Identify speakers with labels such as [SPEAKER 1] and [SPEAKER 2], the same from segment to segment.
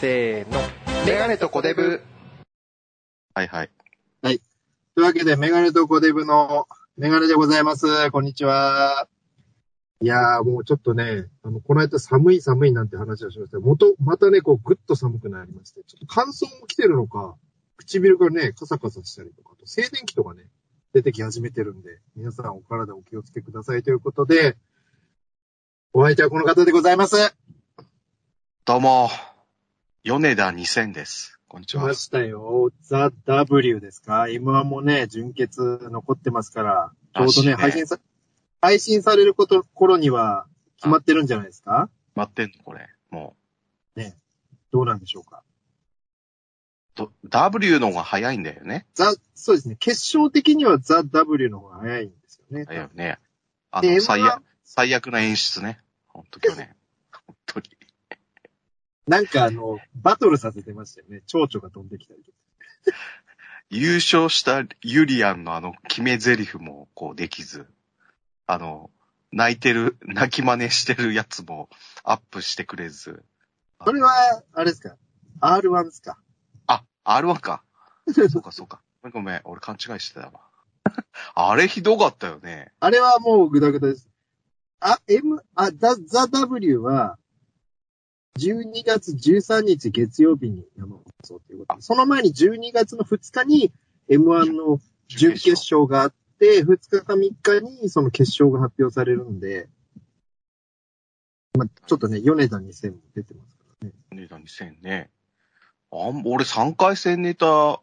[SPEAKER 1] せーの。
[SPEAKER 2] メガネとコデブ。
[SPEAKER 3] はいはい。
[SPEAKER 2] というわけで、メガネとコデブのメガネでございます。こんにちは。いやー、もうちょっとね、あの、この間寒い寒いなんて話をしましたが元、またね、こう、ぐっと寒くなりまして、ちょっと乾燥も来てるのか、唇がね、カサカサしたりとか、あと静電気とかね、出てき始めてるんで、皆さんお体お気をつけくださいということで、お相手はこの方でございます。
[SPEAKER 3] どうも、米田2000です。こんにち
[SPEAKER 2] 来
[SPEAKER 3] は
[SPEAKER 2] ま。したよ。ザ・ W ですか ?M1 もね、純血残ってますから、ちょうどね、
[SPEAKER 3] らしいね
[SPEAKER 2] 配信さ、配信されること、頃には決まってるんじゃないですか
[SPEAKER 3] 待ってんのこれ。も
[SPEAKER 2] どうなんでしょうか
[SPEAKER 3] う、ど W の方が早いんだよね。
[SPEAKER 2] ザ、そうですね、決勝的にはザ・ W の方が早いんですよね。
[SPEAKER 3] 早いよね。あ
[SPEAKER 2] で
[SPEAKER 3] の、
[SPEAKER 2] M1
[SPEAKER 3] 最悪、最悪な演出ね。ほんと去 年。ほんとに。
[SPEAKER 2] なんかあの、バトルさせてましたよね。蝶々が飛んできたりとか。
[SPEAKER 3] 優勝したユリアンのあの決め台詞もこうできず、あの、泣いてる、泣き真似してるやつもアップしてくれず。
[SPEAKER 2] それは、あれですか ?R1 ですか
[SPEAKER 3] あ、R1 か。そうかそうか。ごめんごめん、俺勘違いしてたわ。 あれひどかったよね。
[SPEAKER 2] あれはもうグダグダです。あ、M、あ、ザ、ザ・ W は、12月13日月曜日に生放送ということで、その前に12月の2日に M1 の準決勝があって、2日か3日にその決勝が発表されるんで、まあ、ちょっとね、米田2000も出てますからね。
[SPEAKER 3] ネタ2000ね。あん、俺3回戦ネタ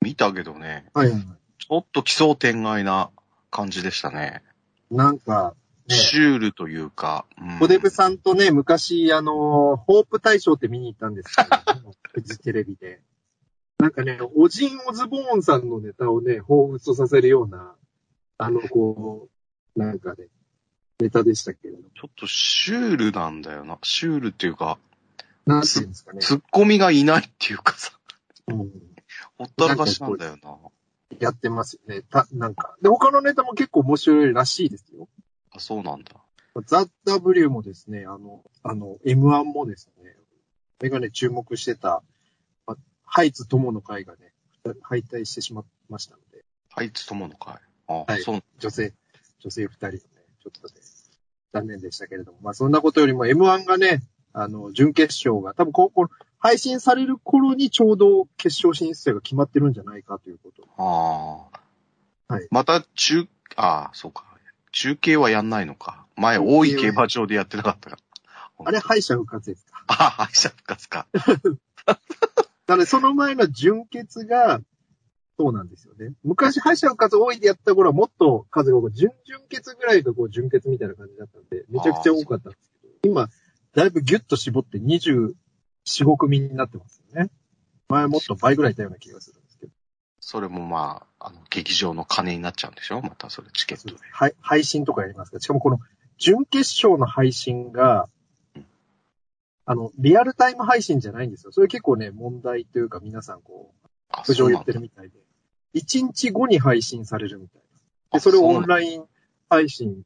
[SPEAKER 3] 見たけどね、
[SPEAKER 2] はいはいはい。
[SPEAKER 3] ちょっと奇想天外な感じでしたね。
[SPEAKER 2] なんか、ね、
[SPEAKER 3] シュールというか。うん
[SPEAKER 2] 小デブさんとね、昔、あの、ホープ大賞って見に行ったんですけ ど、フジテレビで。なんかね、オジン・オズボーンさんのネタをね、彷彿とさせるような、あの、こう、なんかね、ネタでしたけれど。
[SPEAKER 3] ちょっとシュールなんだよな。シュールっていうか、
[SPEAKER 2] なんていうんですかね。
[SPEAKER 3] ツッコミがいないっていうかさ、
[SPEAKER 2] うん
[SPEAKER 3] ほったらかしなんだよな。
[SPEAKER 2] やってますよね。た、なんか。で、他のネタも結構面白いらしいですよ。
[SPEAKER 3] あ、そうなんだ。
[SPEAKER 2] ザ・ W もですね、あの、あの、M1 もですね、メガネ注目してた、まハイツ友の会がね、敗退してしまいましたので、
[SPEAKER 3] あいつ友の会。あ、
[SPEAKER 2] はい
[SPEAKER 3] そう。
[SPEAKER 2] 女性、女性二人のね、ちょっとね、残念でしたけれども、まあそんなことよりも M1 がね、あの、準決勝が、多分こう、こう配信される頃にちょうど決勝進出者が決まってるんじゃないかということ。
[SPEAKER 3] ああ。
[SPEAKER 2] はい
[SPEAKER 3] また中、ああ、そうか。中継はやんないのか。前、大井競馬場でやってなかったから。
[SPEAKER 2] あれ、敗者復活ですか。
[SPEAKER 3] あ、敗者復活か。
[SPEAKER 2] だからその前の準決が、そうなんですよね。昔、敗者復活多いでやった頃はもっと数が多く、準々決ぐらいがこう、準決みたいな感じだったんで、めちゃくちゃ多かったんですけど、今、だいぶギュッと絞って24、5組になってますよね。前もっと倍ぐらいいたような気がするんですけど。
[SPEAKER 3] それもまあ、あの、劇場の金になっちゃうんでしょまたそれチケットで。
[SPEAKER 2] はい、配信とかやりますかしかもこの、準決勝の配信が、あの、リアルタイム配信じゃないんですよ。それ結構ね、問題というか皆さんこう、
[SPEAKER 3] あ、
[SPEAKER 2] 苦
[SPEAKER 3] そ
[SPEAKER 2] 情
[SPEAKER 3] う
[SPEAKER 2] 言
[SPEAKER 3] な
[SPEAKER 2] っ
[SPEAKER 3] ん
[SPEAKER 2] て
[SPEAKER 3] だ
[SPEAKER 2] るみたいで。1日後に配信されるみたいな。で、それをオンライン配信、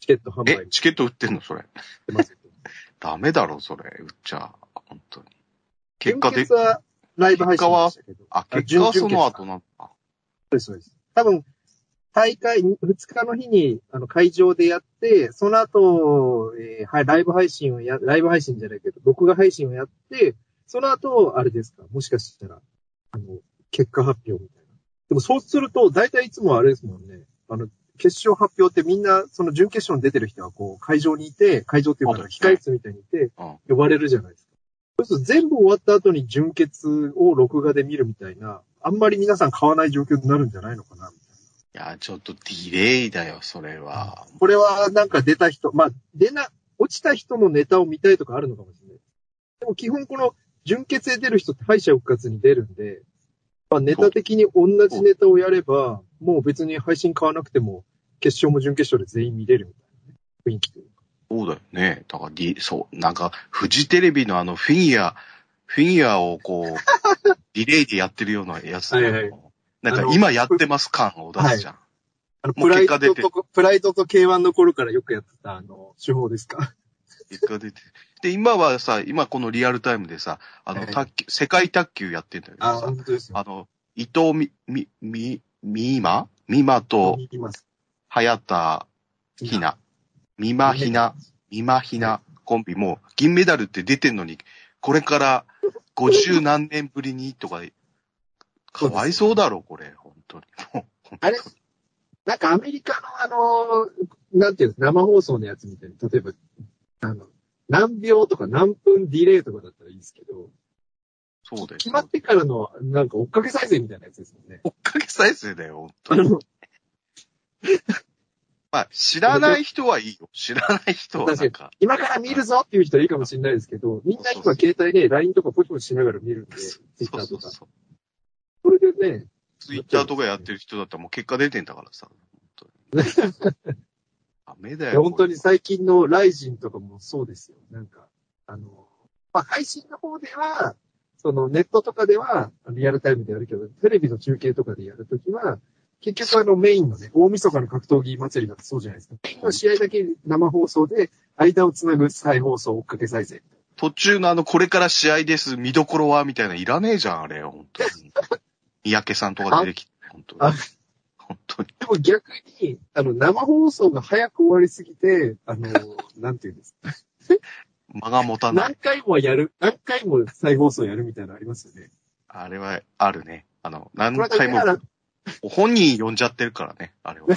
[SPEAKER 2] チケット販売
[SPEAKER 3] え、
[SPEAKER 2] し
[SPEAKER 3] チケット売ってんのそれ。
[SPEAKER 2] てますけど。
[SPEAKER 3] ダメだろ、それ。売っちゃ。本当に。結果で
[SPEAKER 2] 準決、はライブ配信でしたけど。
[SPEAKER 3] あ、結果はその後
[SPEAKER 2] の。
[SPEAKER 3] なんだ。
[SPEAKER 2] そうです、そうです。多分、大会2日の日に、あの、会場でやって、その後、えーはい、ライブ配信をや、ライブ配信じゃないけど、録画配信をやって、その後、あれですか、もしかしたら、あの、結果発表みたいな。でもそうすると、大体いつもあれですもんね、あの、決勝発表ってみんな、その準決勝に出てる人は、こう、会場にいて、会場っていう
[SPEAKER 3] そう
[SPEAKER 2] か、
[SPEAKER 3] ですね
[SPEAKER 2] 控室みたいにいて
[SPEAKER 3] うん、
[SPEAKER 2] 呼ばれるじゃないですか。そうすると全部終わった後に準決を録画で見るみたいな、あんまり皆さん買わない状況になるんじゃないのかな、みたいな。
[SPEAKER 3] いや、ちょっとディレイだよ、それは。
[SPEAKER 2] これはなんか出た人、まあ、出な、落ちた人のネタを見たいとかあるのかもしれない。でも基本この、準決で出る人って敗者復活に出るんで、まあネタ的に同じネタをやれば、もう別に配信買わなくても、決勝も準決勝で全員見れるみたいなね、雰囲気というか。
[SPEAKER 3] そうだよね。だから、D、そう、なんか、フジテレビのあの、フィギュア、フィギュアを こう、リレーでやってるようなやつ。
[SPEAKER 2] はいはい
[SPEAKER 3] なん
[SPEAKER 2] あ
[SPEAKER 3] か、
[SPEAKER 2] の
[SPEAKER 3] 今やってます感を出すじゃん。
[SPEAKER 2] あの、
[SPEAKER 3] もう
[SPEAKER 2] プライ
[SPEAKER 3] 結
[SPEAKER 2] ド
[SPEAKER 3] 果出
[SPEAKER 2] と
[SPEAKER 3] てる
[SPEAKER 2] こ、プライドと K1 の頃からよくやってた、あの、手法ですか。
[SPEAKER 3] 結果出て。で、今はさ、今このリアルタイムでさ、あの、
[SPEAKER 2] はい
[SPEAKER 3] 卓球、世界卓球やってんだけど
[SPEAKER 2] あ、
[SPEAKER 3] さ
[SPEAKER 2] 本、当ですよ。
[SPEAKER 3] あの、伊藤み、み、み、みまみまと、
[SPEAKER 2] いきます。
[SPEAKER 3] 早田ひな、みまひな、みまひなコンビ、もう銀メダルって出てんのに、これから50何 年ぶりにとか、かわいそうだろ、これ、本当に。もう
[SPEAKER 2] あれなんかアメリカのあの、なんていうの、生放送のやつみたいに、例えば、あの、何秒とか何分ディレイとかだったらいいですけど、
[SPEAKER 3] そうだよ。
[SPEAKER 2] 決まってからの、なんか追っかけ再生みたいなやつですもんね。
[SPEAKER 3] 追っかけ再生だよ、本当
[SPEAKER 2] あ
[SPEAKER 3] に。
[SPEAKER 2] の、
[SPEAKER 3] まあ、知らない人はいいよ。知らない 人はなんか、
[SPEAKER 2] 今から見るぞっていう人はいいかもしれないですけど、みんな今携帯で LINE とかポチポチしながら見るんで、
[SPEAKER 3] そう
[SPEAKER 2] Twitter
[SPEAKER 3] そ
[SPEAKER 2] と
[SPEAKER 3] う
[SPEAKER 2] か。
[SPEAKER 3] そう。
[SPEAKER 2] これでね、
[SPEAKER 3] ツイッターとかやってる人だったらもう結果出てんだからさ。本当に。 ダメだ
[SPEAKER 2] いや
[SPEAKER 3] よ。
[SPEAKER 2] 本当に
[SPEAKER 3] こ
[SPEAKER 2] 最近のライジンとかもそうですよ。なんか、あの、まあ、配信の方では、そのネットとかではリアルタイムでやるけど、テレビの中継とかでやるときは、結局あのメインのね、大晦日の格闘技祭りだってそうじゃないですか。メインの試合だけ生放送で、間をつなぐ再放送追っかけ再生。
[SPEAKER 3] れ途中のあの、これから試合です、見どころは、みたいなのいらねえじゃん、あれ、本当 に。三宅さんとか出てきて、本当
[SPEAKER 2] あ
[SPEAKER 3] に。本当に。
[SPEAKER 2] でも逆に、あの、生放送が早く終わりすぎて、あの、なんていうんですか。
[SPEAKER 3] 間が持たない。
[SPEAKER 2] 何回もやる、何回も再放送やるみたいなのありますよね。
[SPEAKER 3] あれは、あるね。あの、何
[SPEAKER 2] これだけ
[SPEAKER 3] 回も
[SPEAKER 2] な、ら
[SPEAKER 3] 本人呼んじゃってるからね、あれ は。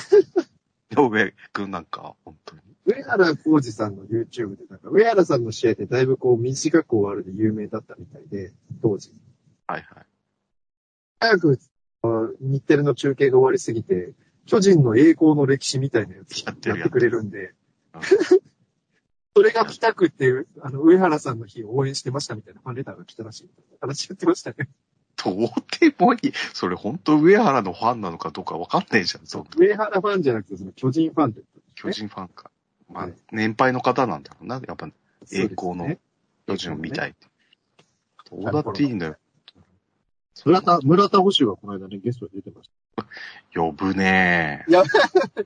[SPEAKER 3] 井上くんなんかは、本当に。
[SPEAKER 2] 上原浩二さんの YouTube で、なんか、上原さんの試合ってだいぶこう短く終わるで有名だったみたいで、当時。
[SPEAKER 3] はいはい。
[SPEAKER 2] 早く、あ日テレの中継が終わりすぎて、巨人の栄光の歴史みたいなやつ
[SPEAKER 3] や
[SPEAKER 2] や
[SPEAKER 3] ってる
[SPEAKER 2] ってくれるんで
[SPEAKER 3] うん、
[SPEAKER 2] それが北区っていう、あの、上原さんの日を応援してましたみたいなファンレターが来たらしい。話やってましたね。
[SPEAKER 3] どうでもいい。それ本当上原のファンなのかどうかわかんねえじゃん、そう。
[SPEAKER 2] 上原ファンじゃなくて、その巨人ファンって。
[SPEAKER 3] 巨人ファンか。まあ
[SPEAKER 2] はい、
[SPEAKER 3] 年配の方なんだろうな。やっぱ栄光
[SPEAKER 2] そう
[SPEAKER 3] の
[SPEAKER 2] ですね
[SPEAKER 3] 巨人を見たい。ど
[SPEAKER 2] ね
[SPEAKER 3] うだっていいんだよ。
[SPEAKER 1] 村田、村田保守がこの間ね、ゲストで出てまし
[SPEAKER 3] 呼ぶねえ。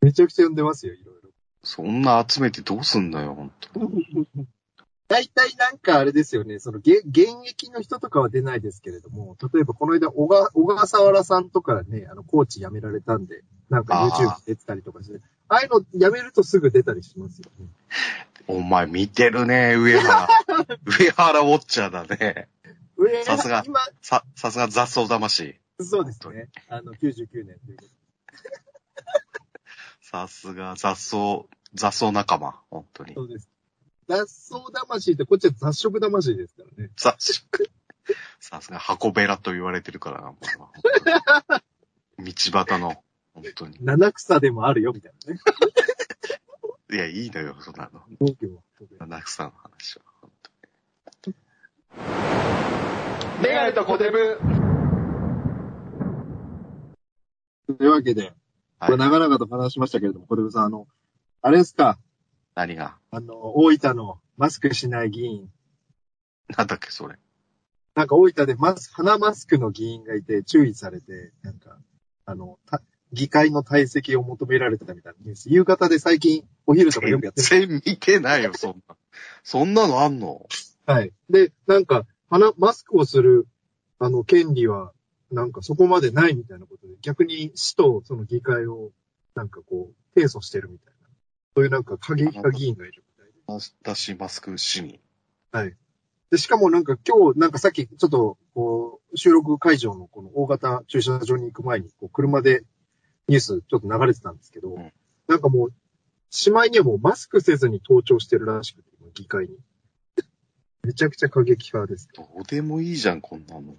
[SPEAKER 2] めちゃくちゃ呼んでますよ、いろいろ。
[SPEAKER 3] そんな集めてどうすんだよ、本当
[SPEAKER 2] 大体なんかあれですよね、その、げ現役の人とかは出ないですけれども、例えばこの間、小川、小笠原さんとかね、あの、コーチ辞められたんで、なんか
[SPEAKER 3] あー
[SPEAKER 2] YouTube 出てたりとかして、ああいうの辞めるとすぐ出たりしますよね。
[SPEAKER 3] お前見てるね、上 原。上原ウォッチャーだね。
[SPEAKER 2] 上
[SPEAKER 3] さすが
[SPEAKER 2] 今、
[SPEAKER 3] さ、さすが雑草魂。
[SPEAKER 2] そうですね。あの、99年ということで
[SPEAKER 3] さすが雑草、雑草仲間。本当に。
[SPEAKER 2] そうです。脱走魂って、こっちは雑食魂ですからね。
[SPEAKER 3] さ、さすが箱べらと言われてるからな、これは本当に道端の、本当に。
[SPEAKER 2] 七草でもあるよ、みたいなね。
[SPEAKER 3] いや、いいのよ、そんなの。
[SPEAKER 2] 東京は。
[SPEAKER 3] 七草の話は。本当に
[SPEAKER 2] メガネとコデブ
[SPEAKER 1] た。というわけで、これ
[SPEAKER 3] はい、
[SPEAKER 1] 長々と話しましたけれども、小出さん、あの、あれですか、
[SPEAKER 3] 何が
[SPEAKER 2] あの、大分のマスクしない議員。
[SPEAKER 3] なんだっけ、それ。
[SPEAKER 2] なんか大分でマス、鼻マスクの議員がいて注意されて、なんか、あの、た議会の退席を求められてたみたいなニュース。夕方で最近、お昼とかよくやってる。
[SPEAKER 3] 全然見てないよ、そんな。そんなのあんの
[SPEAKER 2] はい。で、なんか、鼻、マスクをする、あの、権利は、なんかそこまでないみたいなことで、逆に市とその議会を、なんかこう、提訴してるみたいな。そういうなんか過激派議員がいるみたいで。
[SPEAKER 3] 私、マスク市民。
[SPEAKER 2] で、しかもなんか今日、なんかさっきちょっと、こう、収録会場のこの大型駐車場に行く前に、こう、車でニュースちょっと流れてたんですけど、
[SPEAKER 3] うん
[SPEAKER 2] なんかもう、しまいにはもうマスクせずに登庁してるらしくて、議会に。めちゃくちゃ過激派です。
[SPEAKER 3] どうでもいいじゃん、こんなの。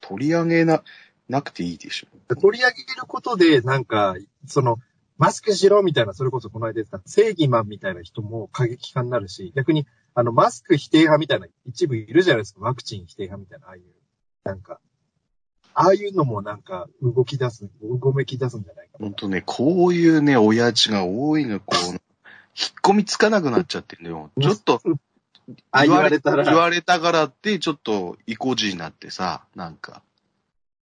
[SPEAKER 3] 取り上げな、なくていいでしょ。
[SPEAKER 2] 取り上げることで、なんか、その、マスクしろみたいな、それこそこの間言った正義マンみたいな人も過激派になるし、逆に、あの、マスク否定派みたいな一部いるじゃないですか、ワクチン否定派みたいな、ああいう、なんか、ああいうのもなんか、動き出す、うごめき出すんじゃないか
[SPEAKER 3] ほん
[SPEAKER 2] な。
[SPEAKER 3] とね、こういうね、親父が多いの、こう、引っ込みつかなくなっちゃってるのよ。ちょっと、
[SPEAKER 2] ああ言われた
[SPEAKER 3] 言
[SPEAKER 2] ら、
[SPEAKER 3] われたからって、ちょっと、意固地になってさ、なんか。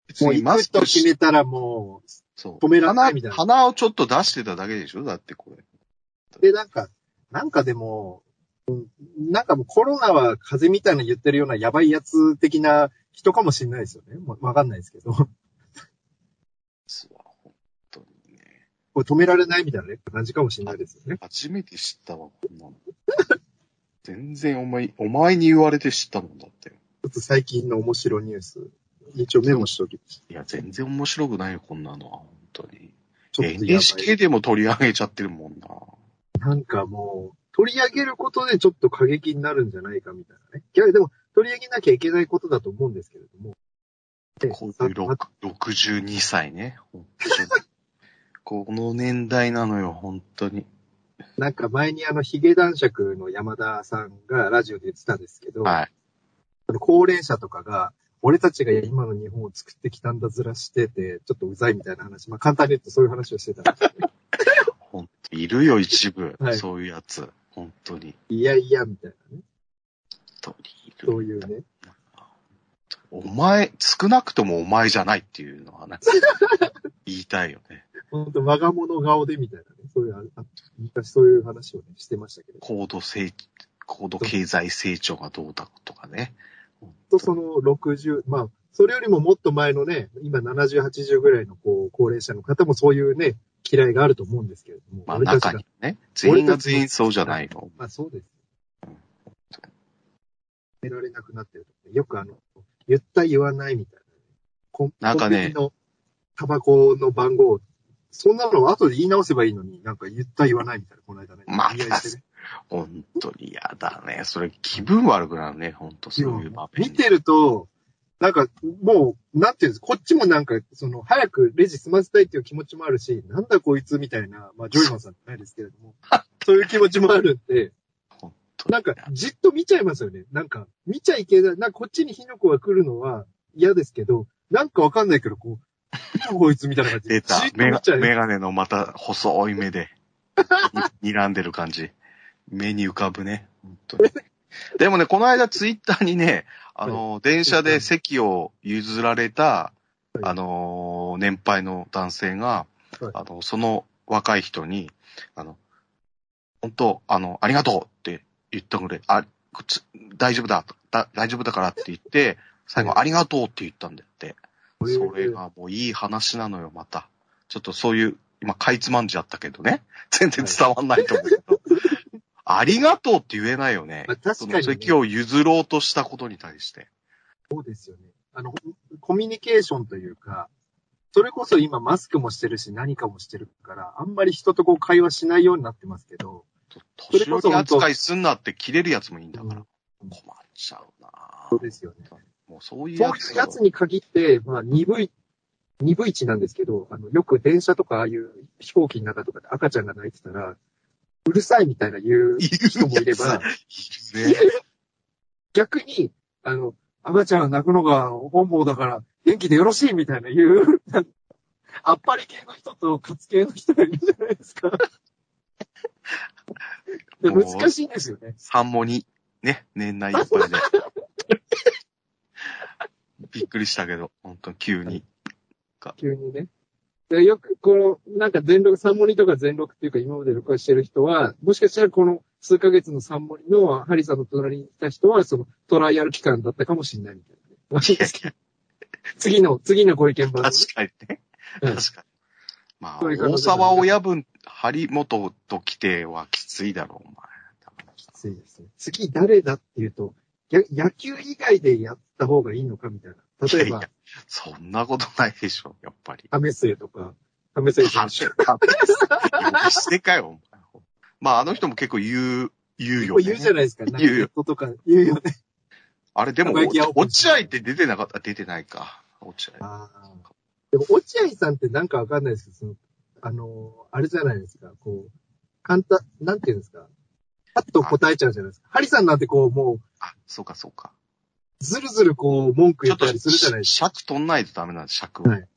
[SPEAKER 3] 別
[SPEAKER 2] もう
[SPEAKER 3] にマ
[SPEAKER 2] 行く
[SPEAKER 3] ス
[SPEAKER 2] と
[SPEAKER 3] ク
[SPEAKER 2] 決
[SPEAKER 3] し、
[SPEAKER 2] めたらも
[SPEAKER 3] そう。
[SPEAKER 2] 止められないみたいな
[SPEAKER 3] 鼻鼻をちょっと出してただけでしょだってこれ。
[SPEAKER 2] う、で、なんか、なんかでも、うんなんかもうコロナは風邪みたいな言ってるようなやばいやつ的な人かもしれないですよね。もうわかんないですけど。こ
[SPEAKER 3] すわ、本当にね。
[SPEAKER 2] れ止められないみたいなね感じかもしれないですよね。
[SPEAKER 3] 初めて知ったわ、こんなの。全然お前、お前に言われて知ったもんだって。
[SPEAKER 2] ちょっと最近の面白ニュース。一応メモしときます。
[SPEAKER 3] いや、全然面白くないよ、こんなのは、本当に。
[SPEAKER 2] ちょっとやば
[SPEAKER 3] NHK でも取り上げちゃってるもんな。
[SPEAKER 2] い。なんかもう、取り上げることでちょっと過激になるんじゃないかみたいなね。いや、でも取り上げなきゃいけないことだと思うんですけれども。で
[SPEAKER 3] こういうろく62歳ね。本当にこの年代なのよ、本当に。
[SPEAKER 2] なんか前にあの、ヒゲ男爵の山田さんがラジオで言ってたんですけど、
[SPEAKER 3] は
[SPEAKER 2] あの高齢者とかが、俺たちが今の日本を作ってきたんだずらしてて、ちょっとうざいみたいな話、まあ簡単に言うとそういう話をしてたんですけど
[SPEAKER 3] い。本当いるよ、一部。
[SPEAKER 2] はい
[SPEAKER 3] そういうやつ。本当に。
[SPEAKER 2] いやいや、みたいなね。
[SPEAKER 3] 本当にいる。
[SPEAKER 2] そういうね。
[SPEAKER 3] お前、少なくともお前じゃないっていうのは ね、言いたいよね。
[SPEAKER 2] ほんと、我が物顔でみたいなね。そういう、あ昔そういう話をね、してましたけど。
[SPEAKER 3] 高度成、高度経済成長がどうだとかね。
[SPEAKER 2] とその60、まあ、それよりももっと前のね、今70、80ぐらいのこう、高齢者の方もそういうね、嫌いがあると思うんですけれども。
[SPEAKER 3] まあ
[SPEAKER 2] 俺たち
[SPEAKER 3] 中
[SPEAKER 2] が
[SPEAKER 3] にね。全員が全員そうじゃないの。
[SPEAKER 2] まあそうです。止められなくなってるとかね。よくあの、言った言わないみたいな。コン
[SPEAKER 3] なんかね
[SPEAKER 2] コンビニのタバコの番号、そんなの後で言い直せばいいのに、なんか言った言わないみたいな、この間ね。
[SPEAKER 3] まあ
[SPEAKER 2] 言い合いしてね
[SPEAKER 3] 本当に嫌だね。それ気分悪くなるね。本当そういう場面。
[SPEAKER 2] 見てると、なんかもう、なんていうんですこっちもなんか、その、早くレジ済ませたいっていう気持ちもあるし、なんだこいつみたいな、まあ、ジョイマンさんじゃないですけれど も、そういう気持ちもあるんで、
[SPEAKER 3] 本当に
[SPEAKER 2] なんか、じっと見ちゃいますよね。なんか、見ちゃいけない。なんか、こっちに火の粉が来るのは嫌ですけど、なんかわかんないけど、こう、なんだこいつみたいな感じで、
[SPEAKER 3] 出
[SPEAKER 2] じったと
[SPEAKER 3] メ
[SPEAKER 2] 見
[SPEAKER 3] ガ
[SPEAKER 2] ちゃう。
[SPEAKER 3] メガネのまた細い 目で、に睨んでる感じ。目に浮かぶね。本当 に。でもね、この間ツイッターにね、あの、電車で席を譲られた、
[SPEAKER 2] はい
[SPEAKER 3] あの、年配の男性が、
[SPEAKER 2] はい
[SPEAKER 3] あの、その若い人に、あの、本当あの、ありがとうって言ったぐらい、あ、こっち大丈夫だだ、大丈夫だからって言って、最後、
[SPEAKER 2] はい
[SPEAKER 3] ありがとうって言ったんだって。
[SPEAKER 2] えー
[SPEAKER 3] それがもういい話なのよ、また。ちょっとそういう、今、かいつまんじゃったけどね。 全然伝わんないと思うけど。ありがとうって言えないよね。
[SPEAKER 2] まあ確かにね
[SPEAKER 3] その席を譲ろうとしたことに対して。
[SPEAKER 2] そうですよね。あの、コミュニケーションというか、それこそ今マスクもしてるし、何かもしてるから、あんまり人とこう会話しないようになってますけど、それ
[SPEAKER 3] 年寄
[SPEAKER 2] こそ
[SPEAKER 3] り
[SPEAKER 2] 本当
[SPEAKER 3] 扱いすんなって切れるやつもいいんだから。
[SPEAKER 2] うん
[SPEAKER 3] 困っちゃうな
[SPEAKER 2] そうですよね。
[SPEAKER 3] もうそういう
[SPEAKER 2] そう
[SPEAKER 3] や
[SPEAKER 2] い
[SPEAKER 3] つ
[SPEAKER 2] うやつに限って、まあ、鈍い、鈍い地なんですけど、あの、よく電車とか、ああいう飛行機の中とかで赤ちゃんが泣いてたら、うるさいみたいな言う人もいれば、
[SPEAKER 3] いるね。
[SPEAKER 2] 逆に、あの、赤ちゃんが泣くのが本望だから、元気でよろしいみたいな言う、なんかあっぱれ系の人とカツ系の人がいるじゃないですか。で
[SPEAKER 3] もう
[SPEAKER 2] 難しいんですよね。
[SPEAKER 3] 三モに、ね、年内いっ ぱいで。びっくりしたけど、本当急に。
[SPEAKER 2] 急にね。でよく、この、なんか全力、三森とか全力っていうか今まで録画してる人は、もしかしたらこの数ヶ月の三森のハリさんの隣にいた人は、そのトライアル期間だったかもしれないみたいなね。わかんないですけど次の、次のご意見番組。
[SPEAKER 3] 確かにね。
[SPEAKER 2] うん
[SPEAKER 3] 確かに。まあ、
[SPEAKER 2] それから
[SPEAKER 3] 大沢親分、張本と来てはきついだろう、お
[SPEAKER 2] ついですね。次誰だっていうと、や野球以外でやった方がいいのかみたいな。
[SPEAKER 3] 前。
[SPEAKER 2] 例え
[SPEAKER 3] いやい
[SPEAKER 2] ば
[SPEAKER 3] や、そんなことないでしょ、やっぱり。
[SPEAKER 2] 亀末とか、亀末選手。
[SPEAKER 3] 呼び捨てかよ、お前まあ、あの人も結構言う、言うよ、
[SPEAKER 2] こ
[SPEAKER 3] ね。
[SPEAKER 2] れ言うじゃないですか。なんか
[SPEAKER 3] 言うよ
[SPEAKER 2] ネットとか言うよね。
[SPEAKER 3] あれ、でも
[SPEAKER 2] たこ焼き屋オー、プン
[SPEAKER 3] 落
[SPEAKER 2] した
[SPEAKER 3] 合って出てなかった、出てないか。落合。
[SPEAKER 2] ああ。でも、落合さんってなんかわかんないですけど、その、あのーあれじゃないですか、こう、簡単、なんていうんですか、パッと答えちゃうじゃないですか。ハリさんなんてこう、もう、
[SPEAKER 3] あ、そうか、そうか。
[SPEAKER 2] ずるずるこう、文句
[SPEAKER 3] ちょ
[SPEAKER 2] 言
[SPEAKER 3] っ
[SPEAKER 2] っ
[SPEAKER 3] と
[SPEAKER 2] たりするじゃない、です
[SPEAKER 3] 尺取んないとダメなんです、尺を。
[SPEAKER 2] はいか。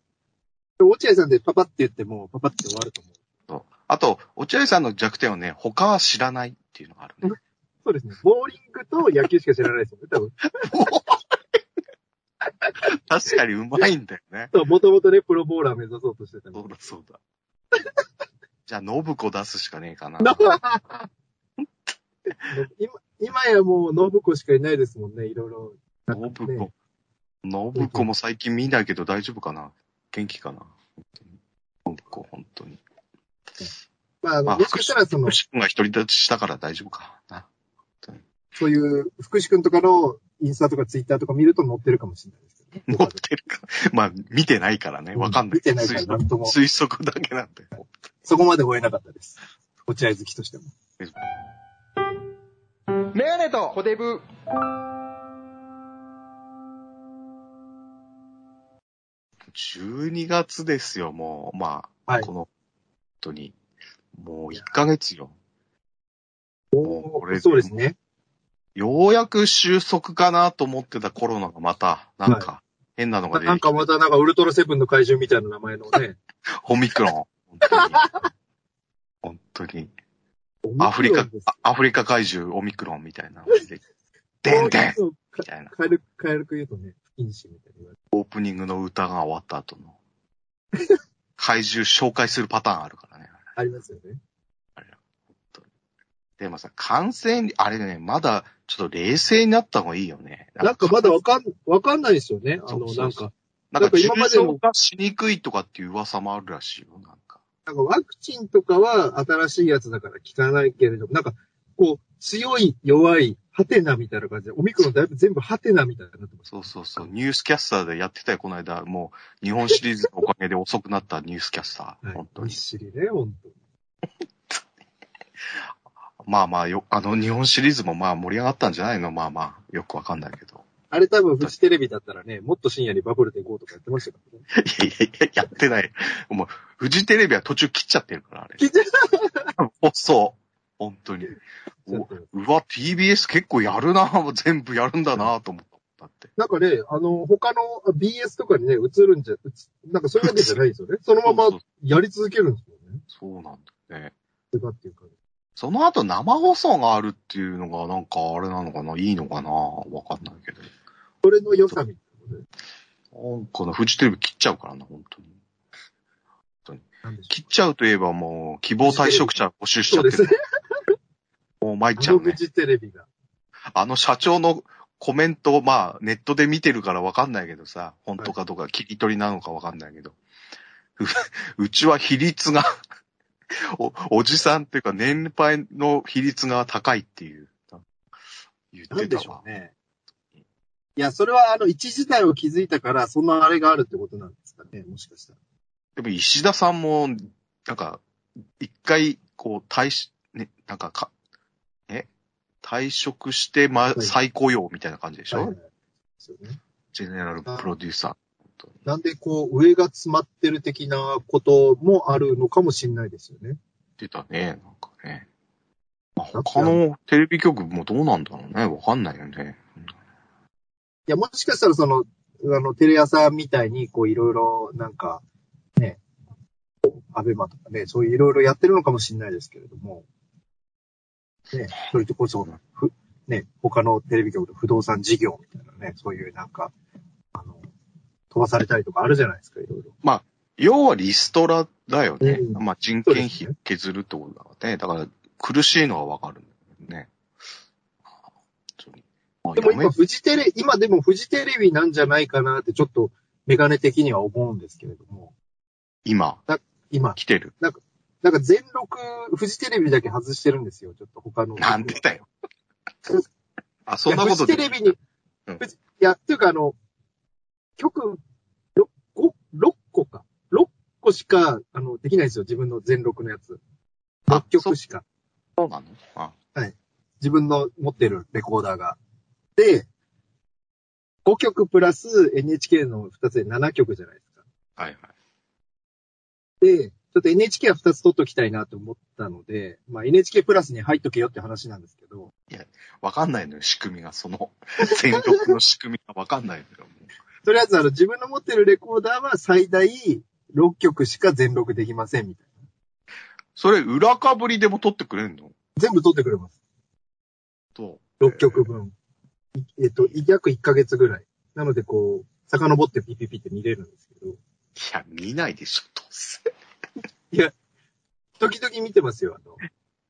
[SPEAKER 2] 落合さんでパパって言っても、パパって終わると思う。
[SPEAKER 3] とあと、落合さんの弱点はね、他は知らないっていうのがあるね。
[SPEAKER 2] そうですね。ボーリングと野球しか知らないですよね。多分。
[SPEAKER 3] 確かにうまいんだよね。
[SPEAKER 2] そう、もともとね、プロボーラー目指そうとしてたの
[SPEAKER 3] そうだそうだ。じゃあ、信子出すしかねえかな。
[SPEAKER 2] な
[SPEAKER 3] 本
[SPEAKER 2] 今、今やもう、信子しかいないですもんね、いろいろ。
[SPEAKER 3] ノブコ。ノブコも最近見ないけど大丈夫かな元気かなノブコ、本当に。
[SPEAKER 2] まあ、あ
[SPEAKER 3] ま
[SPEAKER 2] の
[SPEAKER 3] あ
[SPEAKER 2] もしかしたら、その
[SPEAKER 3] よ、し君が独り立ちしたから大丈夫かな。
[SPEAKER 2] そういう、福士くんとかのインスタとかツイッターとか見ると載ってるかもしれないですけどね。
[SPEAKER 3] 持ってるか。まあ、見てないからね。わかんない。
[SPEAKER 2] 見てないからなんとも
[SPEAKER 3] 推測推測だけなんで。
[SPEAKER 2] そこまで追えなかったです。落合好きとしても。
[SPEAKER 4] メガネとコデブ。
[SPEAKER 3] 12月ですよ、もう。まあ、
[SPEAKER 2] はい
[SPEAKER 3] この、本当に。もう1ヶ月よ。もうこれ
[SPEAKER 2] そうですね。
[SPEAKER 3] ようやく収束かなと思ってたコロナがまた、なんか、変なのが出
[SPEAKER 2] な
[SPEAKER 3] て
[SPEAKER 2] ん
[SPEAKER 3] きて
[SPEAKER 2] か、またなんかウルトラセブンの怪獣みたいな名前のね。
[SPEAKER 3] オミクロン。本当に。本当に。アフリカ、あアフリカ怪獣、オミクロンみたいな。でんでん
[SPEAKER 2] そう
[SPEAKER 3] みたいな。
[SPEAKER 2] 軽く、軽く言うとね、不謹慎みたいな言われて。
[SPEAKER 3] オープニングの歌が終わった後の。怪獣紹介するパターンあるからね。
[SPEAKER 2] ありますよね。
[SPEAKER 3] でもさ、感染、あれね、まだ、ちょっと冷静になった方がいいよね。
[SPEAKER 2] なんかまだわかん、わかんないですよね。あ
[SPEAKER 3] そう
[SPEAKER 2] の、
[SPEAKER 3] そ
[SPEAKER 2] な
[SPEAKER 3] うんそう
[SPEAKER 2] か、
[SPEAKER 3] なんか
[SPEAKER 2] なんか今
[SPEAKER 3] 重
[SPEAKER 2] までの
[SPEAKER 3] 症化しにくいとかっていう噂もあるらしいよ、なんか。
[SPEAKER 2] なんかワクチンとかは新しいやつだから効かないけれども、なんか、こう、強い、弱い、ハテナみたいな感じで、オミクロンだいぶ全部ハテナみたいになってます。
[SPEAKER 3] そうそうそう。ニュースキャスターでやってたよ、この間。もう、日本シリーズのおかげで遅くなったニュースキャスター。
[SPEAKER 2] はい
[SPEAKER 3] 本。当
[SPEAKER 2] ぎっ
[SPEAKER 3] に。
[SPEAKER 2] しりね、本当に。
[SPEAKER 3] まあまあよ、あの日本シリーズもまあ盛り上がったんじゃないのまあまあ、よくわかんないけど。
[SPEAKER 2] あれ多分フジテレビだったらね、もっと深夜にバブルで行こうとかやってましたか らね。
[SPEAKER 3] いやいやいや、やってない。もう、フジテレビは途中切っちゃってるから、あれ。
[SPEAKER 2] 聞いて
[SPEAKER 3] 放送。本当に。
[SPEAKER 2] ちょ
[SPEAKER 3] お
[SPEAKER 2] っと
[SPEAKER 3] うわ、TBS 結構やるな、 全部やるんだなと思った。だって。
[SPEAKER 2] なんかね、あの、他のあ BS とかにね、映るんじゃ、映なんかそういうわけじゃないです よね。そのままやり続けるんですよね。
[SPEAKER 3] そうなんだよね。
[SPEAKER 2] とかっていうか、
[SPEAKER 3] その後生放送があるっていうのがなんかあれなのかないいのかなわかんないけど。
[SPEAKER 2] それの良さみたいなことで、
[SPEAKER 3] なんかな、フジテレビ切っちゃうからな、本当に。
[SPEAKER 2] なんでしょ
[SPEAKER 3] 切っちゃうといえばもう、希望退職者募集 しちゃって
[SPEAKER 2] そう
[SPEAKER 3] る
[SPEAKER 2] で。
[SPEAKER 3] もう参っ
[SPEAKER 2] う。
[SPEAKER 3] ち
[SPEAKER 2] あ
[SPEAKER 3] ゃ
[SPEAKER 2] の
[SPEAKER 3] うね
[SPEAKER 2] フ。ジテレビが。
[SPEAKER 3] あの社長のコメントを、まあ、ネットで見てるからわかんないけどさ、本当かどうか切り取りなのかわかんないけど、う うちは比率がお、おじさんっていうか年配の比率が高いっていう、言っ
[SPEAKER 2] な
[SPEAKER 3] て
[SPEAKER 2] んで
[SPEAKER 3] た
[SPEAKER 2] しょ
[SPEAKER 3] わ。
[SPEAKER 2] うね。いや、それはあの、一時代を築いたから、そのあれがあるってことなんですかね、もしかしたら。
[SPEAKER 3] でも石田さんも、なんか、一回、こう、退し、ね、なんかか、え退職して、ま
[SPEAKER 2] い、
[SPEAKER 3] 再雇用みたいな感じでしょ、
[SPEAKER 2] はいはいですよね
[SPEAKER 3] ジェネラルプロデューサー。
[SPEAKER 2] なんで、こう、上が詰まってる的なこともあるのかもしれないですよね。
[SPEAKER 3] 出たね、なんかね。まあ、他のテレビ局もどうなんだろうね。わかんないよね。
[SPEAKER 2] いや、もしかしたらその、あの、テレ朝みたいに、こう、いろいろ、なんか、ね、こうアベマとかね、そういういろいろやってるのかもしれないですけれども、ね、それとこそ、ふね、他のテレビ局の不動産事業みたいなね、そういうなんか、あの、飛ばされたりとかあるじゃないですか、いろいろ。
[SPEAKER 3] 要はリストラだよね。
[SPEAKER 2] うん
[SPEAKER 3] まあ、人件費削るってことだからね。だから、苦しいのはわかるんだよね。本当にまあ
[SPEAKER 2] でも
[SPEAKER 3] やめ
[SPEAKER 2] 今、フジテレ、今でもフジテレビなんじゃないかなって、ちょっと、メガネ的には思うんですけれども、
[SPEAKER 3] 今、
[SPEAKER 2] 今、
[SPEAKER 3] 来てる。
[SPEAKER 2] なんか全録、フジテレビだけ外してるんですよ、ちょっと他の。
[SPEAKER 3] なんでだよ。あ、そんなこと
[SPEAKER 2] いやフジテレビに、
[SPEAKER 3] うん
[SPEAKER 2] フジいや、というかあの、曲、6個、6個か。6個しか、あの、できないんですよ、自分の全録のやつ。
[SPEAKER 3] あ
[SPEAKER 2] 6曲しか。
[SPEAKER 3] そうなのあ
[SPEAKER 2] 自分の持ってるレコーダーが。で、5曲プラス NHK の2つで7曲じゃないですか。
[SPEAKER 3] はいはい。
[SPEAKER 2] で、ちょっと NHK は2つ取っときたいなと思ったので、まあ NHK プラスに入っとけよって話なんですけど、
[SPEAKER 3] わかんないのよ、仕組みが。そ の、全力の仕組みがわかんないのよ。もう
[SPEAKER 2] とりあえずあの自分の持ってるレコーダーは最大6曲しか全録できませんみたいな。
[SPEAKER 3] それ、裏かぶりでも取ってくれんの
[SPEAKER 2] 全部取ってくれます。
[SPEAKER 3] と、
[SPEAKER 2] 6曲分。いえっと、約1ヶ月ぐらい。なのでこう、遡ってピピピって見れるんですけど、
[SPEAKER 3] いや、見ないでしょ、どうせ。
[SPEAKER 2] 時々見てますよ、あの、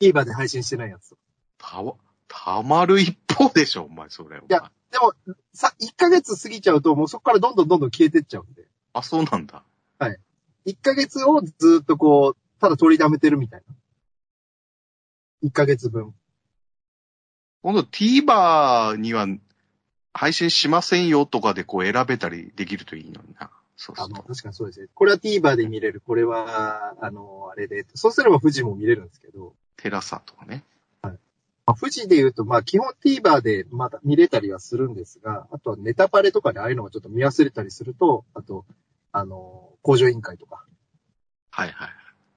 [SPEAKER 2] TVer で配信してないやつとか。
[SPEAKER 3] たわ、たまる一方でしょ、お前、それ。お前
[SPEAKER 2] やでも、さ、1ヶ月過ぎちゃうと、もうそこからどんどんどんどん消えてっちゃうんで。
[SPEAKER 3] あ、そうなんだ。
[SPEAKER 2] 1ヶ月をずっとこう、ただ取りためてるみたいな。1ヶ月分。
[SPEAKER 3] 今度 TVer には配信しませんよとかでこう選べたりできるといいのにな。そう
[SPEAKER 2] あ
[SPEAKER 3] す
[SPEAKER 2] の、
[SPEAKER 3] る
[SPEAKER 2] まあ
[SPEAKER 3] と。
[SPEAKER 2] 確かにそうですね。これは TVer で見れる。これは、あの、あれで。そうすれば富士も見れるんですけど、
[SPEAKER 3] テラサとかね。
[SPEAKER 2] まあ、富士で言うと、まあ基本 TVer でまだ見れたりはするんですが、あとはネタパレとかでああいうのがちょっと見忘れたりすると、あと、あの、工場委員会とか。
[SPEAKER 3] はいはい。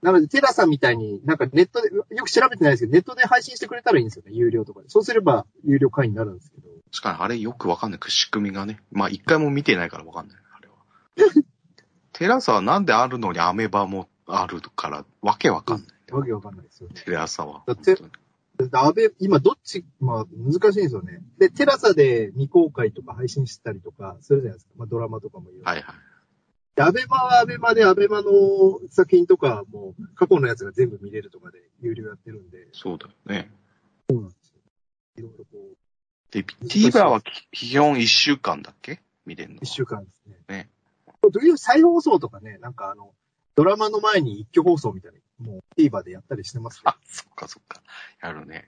[SPEAKER 2] なので、テラさんみたいになんかネットで、よく調べてないですけど、ネットで配信してくれたらいいんですよね、有料とかで。そうすれば、有料会員になるんですけど。
[SPEAKER 3] 確かにあれよくわかんない。仕組みがね。まあ一回も見てないからわかんない。あれは。 テラサはなんであるのにアメバもあるから、わけわかんない。
[SPEAKER 2] わけわかんないですよね。
[SPEAKER 3] テラサは。
[SPEAKER 2] だって
[SPEAKER 3] 本当に
[SPEAKER 2] で安倍、今どっち、まあ難しいんですよね。で、テラサで未公開とか配信したりとかするじゃないですか。まあドラマとかもいろいろ。
[SPEAKER 3] はいはい。
[SPEAKER 2] で、アベマはアベマでアベマの作品とかも過去のやつが全部見れるとかで有料やってるんで、
[SPEAKER 3] そうだよね。
[SPEAKER 2] いろいろこう、
[SPEAKER 3] で、TVer は基本一週間だっけ見れるのは。
[SPEAKER 2] 一週間ですね。
[SPEAKER 3] ね
[SPEAKER 2] これ時々再放送とかね、なんかあの、ドラマの前に一挙放送みたいな、もう TVer でやったりしてますけど
[SPEAKER 3] あ、そっかそっか。やるね。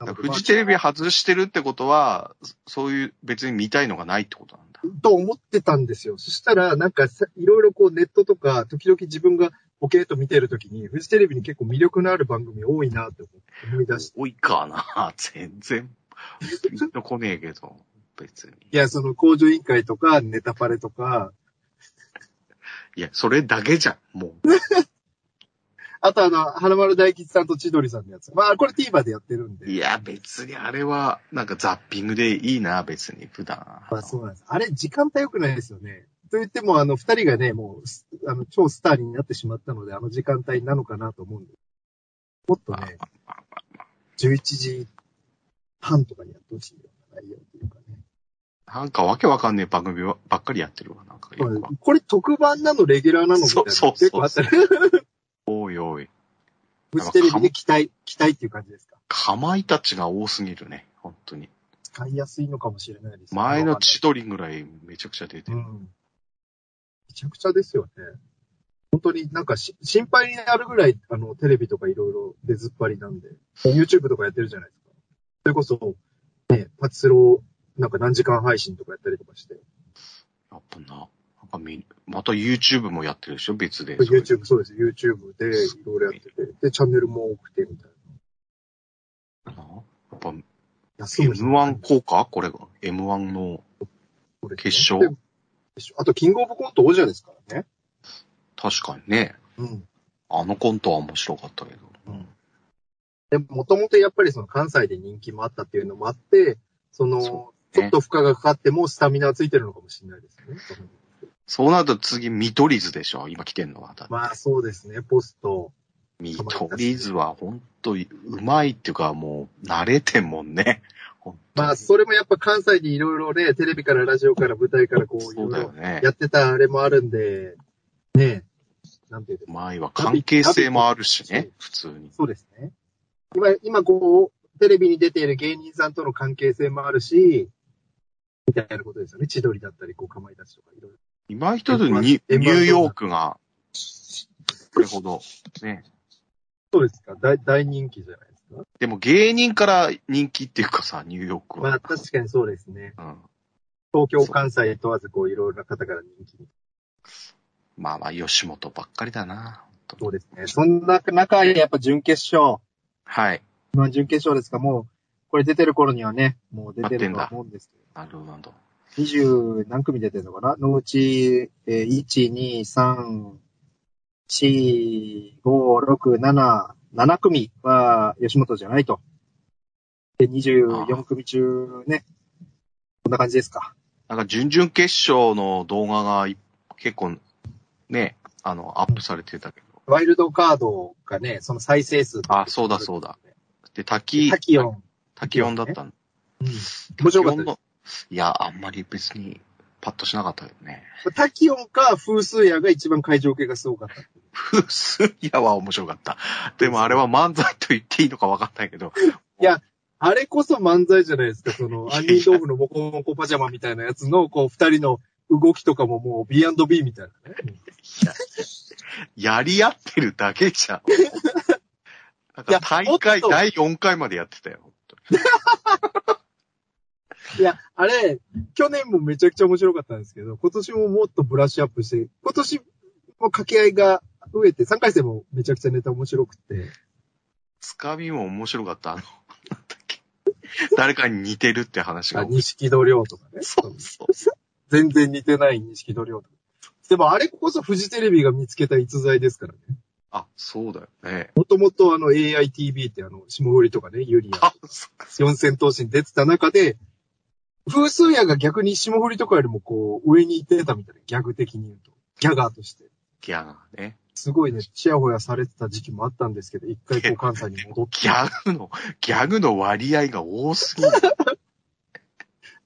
[SPEAKER 2] なの
[SPEAKER 3] フ
[SPEAKER 2] で
[SPEAKER 3] ジテレビ外してるってことは、そそういう別に見たいのがないってことなんだ。
[SPEAKER 2] と思ってたんですよ。そしたら、なんかさ、いろいろこうネットとか、時々自分がボケーと見てるときに、フジテレビに結構魅力のある番組多いなって思い出して。
[SPEAKER 3] 多いかな 全然。ピンとこねえけど、別に。
[SPEAKER 2] いや、その工場委員会とか、ネタパレとか、
[SPEAKER 3] いや、それだけじゃん、も
[SPEAKER 2] あとあの、花丸大吉さんと千鳥さんのやつ。まあ、これ TVer でやってるん
[SPEAKER 3] う。
[SPEAKER 2] で。
[SPEAKER 3] いや、別にあれは、なんかザッピングでいいな、別に、普段。
[SPEAKER 2] まあ、そうなんです。あれ、時間帯良くないですよね。と言っても、あの、二人がね、もうす、あの、超スターになってしまったので、あの時間帯なのかなと思うんで。もっとね、11時半とかにやってほしいような内容っていうかね。
[SPEAKER 3] なんかわけわかんねえ番組ばっかりやってるわ、なんかよくわかん
[SPEAKER 2] これ特番なの、レギュラーなのみたいな。
[SPEAKER 3] そうそうそう
[SPEAKER 2] 結構あった ね。
[SPEAKER 3] おいおい。
[SPEAKER 2] フジテレビで期待、期待っていう感じですか。
[SPEAKER 3] かまいたちが多すぎるね、本当に。
[SPEAKER 2] 使いやすいのかもしれないですね。
[SPEAKER 3] 前の
[SPEAKER 2] わかんない
[SPEAKER 3] 千鳥ぐらいめちゃくちゃ出て
[SPEAKER 2] う
[SPEAKER 3] る。
[SPEAKER 2] ん。めちゃくちゃですよね。本当になんかし心配になるぐらい、あの、テレビとかいろいろ出ずっぱりなんで、YouTube とかやってるじゃないですか。それこそ、ね、パチスロー、なんか何時間配信とかやったりとかして、
[SPEAKER 3] やっぱな、なんかみ、また YouTube もやってるでしょ、別で。
[SPEAKER 2] YouTube、そうです、YouTube でいろいろやってて、で、チャンネルも多くてみたい
[SPEAKER 3] なやっぱ
[SPEAKER 2] な。休む時間
[SPEAKER 3] M1 効果これが。M1 の決勝。
[SPEAKER 2] 決勝あと、キングオブコント王者ですからね。
[SPEAKER 3] 確かにね。
[SPEAKER 2] うん。
[SPEAKER 3] あのコントは面白かったけど。
[SPEAKER 2] でもともとやっぱりその関西で人気もあったっていうのもあって、その、
[SPEAKER 3] そ
[SPEAKER 2] ちょっと負荷がかかってもスタミナはついてるのかもしれないですね。
[SPEAKER 3] そうなると次、見取り図でしょ今来てんのは。だって
[SPEAKER 2] まあそうですね、ポスト。
[SPEAKER 3] 見取り図は本当にうまいっていうかもう慣れてんもんね。本当に
[SPEAKER 2] まあそれもやっぱ関西にいろいろね、テレビからラジオから舞台からこうい
[SPEAKER 3] そ
[SPEAKER 2] ろ
[SPEAKER 3] う
[SPEAKER 2] い
[SPEAKER 3] だよ
[SPEAKER 2] ろ
[SPEAKER 3] ね。
[SPEAKER 2] やってたあれもあるんで、ねえ、なんていう
[SPEAKER 3] う
[SPEAKER 2] か、
[SPEAKER 3] まいわ。関係性もあるしね。普通に。
[SPEAKER 2] そうですね。今、今こう、テレビに出ている芸人さんとの関係性もあるし、みたいなことですよね。千鳥だったり、こう、かまいたちとかいろいろ。
[SPEAKER 3] 今一つにニ
[SPEAKER 2] M1
[SPEAKER 3] ューヨークが、これほど。ね。
[SPEAKER 2] そうですか。大、大人気じゃないですか。
[SPEAKER 3] でも芸人から人気っていうかさ、ニューヨーク
[SPEAKER 2] まあ
[SPEAKER 3] は。
[SPEAKER 2] 確かにそうですね。
[SPEAKER 3] うん
[SPEAKER 2] 東京、関西問わず、こう、いろいろな方から人気に。
[SPEAKER 3] まあまあ、吉本ばっかりだな。本当
[SPEAKER 2] そ
[SPEAKER 3] に
[SPEAKER 2] うですね。そんな中で、やっぱ準決勝。
[SPEAKER 3] はい。
[SPEAKER 2] まあ準決勝ですか、もう、これ出てる頃にはね、もう出てるとは思うんですけど。
[SPEAKER 3] なるほどなるほど。
[SPEAKER 2] 二十何組出てるのかなのうち、えー、1、2、3、4、5、6、7、7組は吉本じゃないと。で、24組中ね、こんな感じですか。
[SPEAKER 3] なんか、準々決勝の動画がい結構、ね、あの、アップされてたけど。
[SPEAKER 2] ワイルドカードがね、その再生数。
[SPEAKER 3] あそうだそうだ。で、滝、
[SPEAKER 2] タキヨン。
[SPEAKER 3] 滝音だったの。
[SPEAKER 2] うん。面白かった
[SPEAKER 3] 滝音のいや、あんまり別に、パッとしなかったよね。
[SPEAKER 2] タキヨンか風水屋が一番会場系がすごかった。
[SPEAKER 3] 風水屋は面白かった。でもあれは漫才と言っていいのか分かんないけど、
[SPEAKER 2] いや、あれこそ漫才じゃないですか、その、杏仁豆腐のモコモコパジャマみたいなやつの、こう、二人の動きとかももう B&B みたいなね。
[SPEAKER 3] やり合ってるだけじゃん。なん
[SPEAKER 2] いや
[SPEAKER 3] か大会
[SPEAKER 2] もっと
[SPEAKER 3] 第4回までやってたよ。
[SPEAKER 2] いや、あれ、去年もめちゃくちゃ面白かったんですけど、今年ももっとブラッシュアップして、今年も掛け合いが増えて、3回戦もめちゃくちゃネタ面白くて。
[SPEAKER 3] つかみも面白かった。あの、なんだっけ。誰かに似てるって話
[SPEAKER 2] あ、
[SPEAKER 3] が。
[SPEAKER 2] 錦戸亮とかね。
[SPEAKER 3] そうそうそう。
[SPEAKER 2] 全然似てない錦戸亮とか。でもあれこそフジテレビが見つけた逸材ですからね。
[SPEAKER 3] あ、そうだよね。
[SPEAKER 2] もともとあの AITV ってあの、霜降りとかね、ユリア、
[SPEAKER 3] あ、そっか。
[SPEAKER 2] 四千頭身出てた中で、風数屋が逆に霜降りとかよりもこう、上に行ってたみたいな、ギャグ的に言うと。ギャガーとして。
[SPEAKER 3] ギャグね。
[SPEAKER 2] すごいね、ちやほやされてた時期もあったんですけど、一回こう関西に戻っ
[SPEAKER 3] ギ
[SPEAKER 2] て、
[SPEAKER 3] ャグの、ギャグの割合が多すぎる。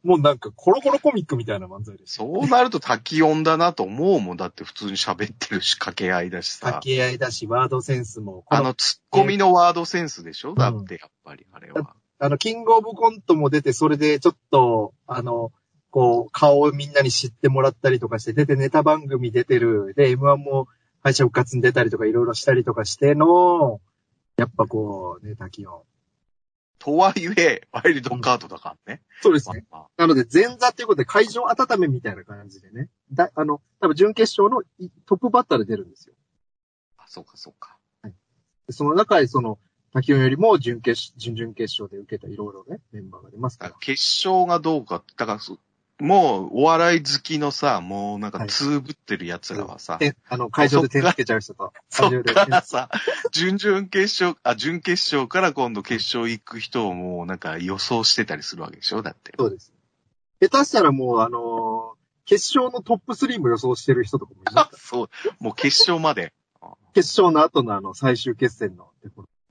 [SPEAKER 2] もうなんかコロコロコミックみたいな漫才です。
[SPEAKER 3] そうなると滝音だなと思うもん。だって普通に喋ってるし、掛け合いだしさ
[SPEAKER 2] 掛。け合いだし、ワードセンスも、こ
[SPEAKER 3] あ
[SPEAKER 2] の、
[SPEAKER 3] の、ツッコミのワードセンスでしょだってやっぱり、あれは。
[SPEAKER 2] あの、キングオブコントも出て、それでちょっと、あの、こう、顔をみんなに知ってもらったりとかして、出てネタ番組出てる、で、M1 も敗者復活に出たりとか、いろいろしたりとかしての、やっぱこう、ね、滝を。
[SPEAKER 3] とはいえ、ワイルドカードだからね。
[SPEAKER 2] そうです
[SPEAKER 3] まあ
[SPEAKER 2] ね。
[SPEAKER 3] まあ
[SPEAKER 2] なので、前座ということで、会場温めみたいな感じでね。だ、あの、多分準決勝のいトップバッターで出るんですよ。
[SPEAKER 3] あ、そうかそうか。
[SPEAKER 2] でその中で、その、滝音よりも準決、準々決勝で受けたいろいろね、メンバーが出ますか
[SPEAKER 3] だ
[SPEAKER 2] ら
[SPEAKER 3] から。決勝がどうか、だからそ、もうお笑い好きのさ、もうなんかつぶってる奴らはさ、
[SPEAKER 2] で、あの、会場で手つけちゃう人と。
[SPEAKER 3] そ
[SPEAKER 2] 会
[SPEAKER 3] っ
[SPEAKER 2] 場で
[SPEAKER 3] からさ、準々決勝、あ、準決勝から今度決勝行く人をもうなんか予想してたりするわけでしょだって。
[SPEAKER 2] そうです。下手したらもう、あのー決勝のトップ3も予想してる人とかもいま
[SPEAKER 3] あ。
[SPEAKER 2] す
[SPEAKER 3] そう。もう決勝まで。
[SPEAKER 2] 決勝の後のあの、最終決戦の。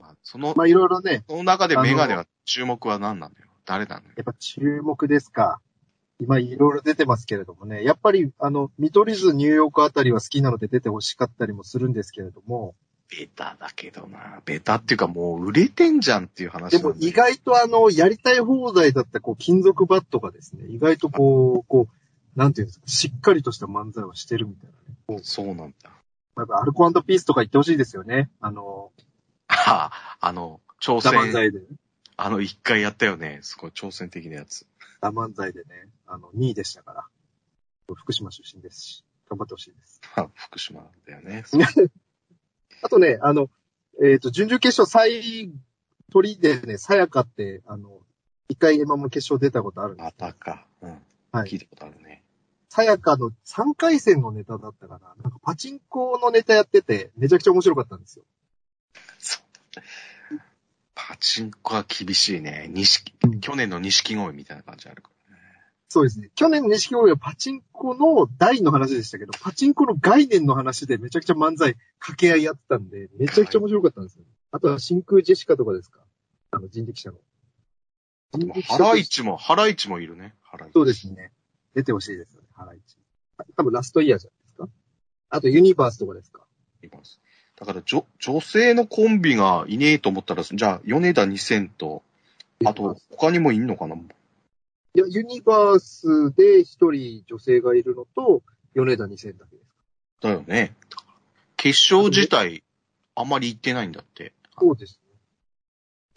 [SPEAKER 3] まあその、
[SPEAKER 2] まあ、いろいろね、
[SPEAKER 3] その中でメガネは注目は何なんだよ誰なんだよ
[SPEAKER 2] やっぱ注目ですか。今いろいろ出てますけれどもね、やっぱりあの、見取り図ニューヨークあたりは好きなので出てほしかったりもするんですけれども、
[SPEAKER 3] ベタだけどな。ベタっていうかもう売れてんじゃんっていう話
[SPEAKER 2] で
[SPEAKER 3] なんだ
[SPEAKER 2] も
[SPEAKER 3] よ
[SPEAKER 2] 意外とあの、やりたい放題だったこう、金属バットがですね、意外とこう、こう、なんていうんですか、しっかりとした漫才をしてるみたいなね。
[SPEAKER 3] そうなんだ。
[SPEAKER 2] やっぱアルコピースとか言ってほしいですよね。あの、
[SPEAKER 3] あ、あの、挑
[SPEAKER 2] ザ漫
[SPEAKER 3] 戦。
[SPEAKER 2] 才で。
[SPEAKER 3] あの、一回やったよね。すごい挑戦的なやつ。
[SPEAKER 2] ダ漫才でね、あの、2位でしたから。福島出身ですし、頑張ってほしいです。
[SPEAKER 3] まあ福島なんだよ ね。
[SPEAKER 2] あとね、あの、えっ、と、準々決勝最取りでね、さやかって、あの、一回今も決勝出たことあるんで
[SPEAKER 3] あ
[SPEAKER 2] すけど
[SPEAKER 3] た、か。うん。
[SPEAKER 2] はい
[SPEAKER 3] 聞いたことあるね。
[SPEAKER 2] さやかの3回戦のネタだったかな。なんかパチンコのネタやってて、めちゃくちゃ面白かったんですよ。
[SPEAKER 3] パチンコは厳しいね。錦
[SPEAKER 2] うん、
[SPEAKER 3] 去年の錦鯉みたいな感じあるか
[SPEAKER 2] そうですね。去年の錦鯉はパチンコの台の話でしたけど、パチンコの概念の話でめちゃくちゃ漫才掛け合いやってたんで、めちゃくちゃ面白かったんですよ。あとは真空ジェシカとかですかあの人力車の。
[SPEAKER 3] ら
[SPEAKER 2] 人
[SPEAKER 3] ね。
[SPEAKER 2] 力
[SPEAKER 3] ハ
[SPEAKER 2] 車
[SPEAKER 3] ラ
[SPEAKER 2] と
[SPEAKER 3] イ
[SPEAKER 2] して
[SPEAKER 3] チも、ハライチもいるね。ハライチ。
[SPEAKER 2] そうですね。出てほしいですよね、ハライチ。多分ラストイヤーじゃないですかあとユニバースとかですか
[SPEAKER 3] います。だから、女、女性のコンビがいねえと思ったら、じゃあ、米田2000と、あと、他にもいんのかない
[SPEAKER 2] や、ユニバースで一人女性がいるのと、米田2000だけです。
[SPEAKER 3] だよね。決勝自体、あんまり行ってないんだって。
[SPEAKER 2] そうですね。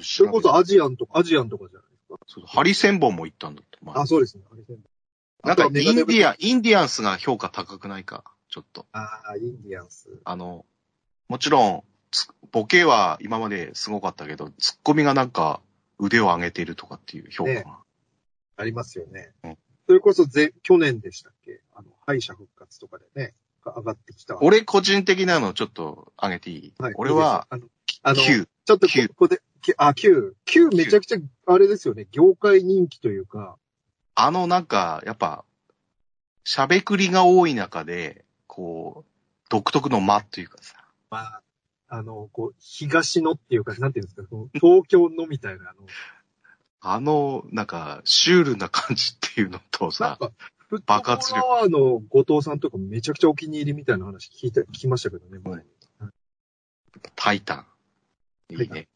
[SPEAKER 2] それこそアジアンとか、アジアンとかじゃないです
[SPEAKER 3] そうハリセンボンも行ったんだって。まあ
[SPEAKER 2] か。あ、そうですね。あれ全部
[SPEAKER 3] なんか、インディ
[SPEAKER 2] ン。
[SPEAKER 3] アン、インディアンスが評価高くないか、ちょっと。
[SPEAKER 2] ああ、インディアンス。
[SPEAKER 3] あの、もちろん、つボケは今まですごかったけど、ツッコミがなんか腕を上げてるとかっていう評価が。
[SPEAKER 2] ねありますよね。
[SPEAKER 3] うん
[SPEAKER 2] それこそぜ、去年でしたっけあの、敗者復活とかでね、が上がってきた。
[SPEAKER 3] 俺個人的なのちょっと上げていい、
[SPEAKER 2] はい
[SPEAKER 3] 俺は、、
[SPEAKER 2] いいですあの、あの
[SPEAKER 3] 9。
[SPEAKER 2] ちょっとこ
[SPEAKER 3] 九
[SPEAKER 2] ここで、きあ、9。9めちゃくちゃ、あれですよね、業界人気というか、
[SPEAKER 3] あのなんか、やっぱ、喋くりが多い中で、こう、独特の間というかさ、
[SPEAKER 2] まあ、あの、こう、東のっていうか、なんていうんですか、こう東京のみたいな、あの、
[SPEAKER 3] あの、なんか、シュールな感じっていうのと
[SPEAKER 2] なん
[SPEAKER 3] さ、
[SPEAKER 2] か、フットボ
[SPEAKER 3] 爆発
[SPEAKER 2] ール
[SPEAKER 3] 力
[SPEAKER 2] アワーの後藤さんとかめちゃくちゃお気に入りみたいな話聞いた、聞きましたけどね、前に。
[SPEAKER 3] タイタン。いいね。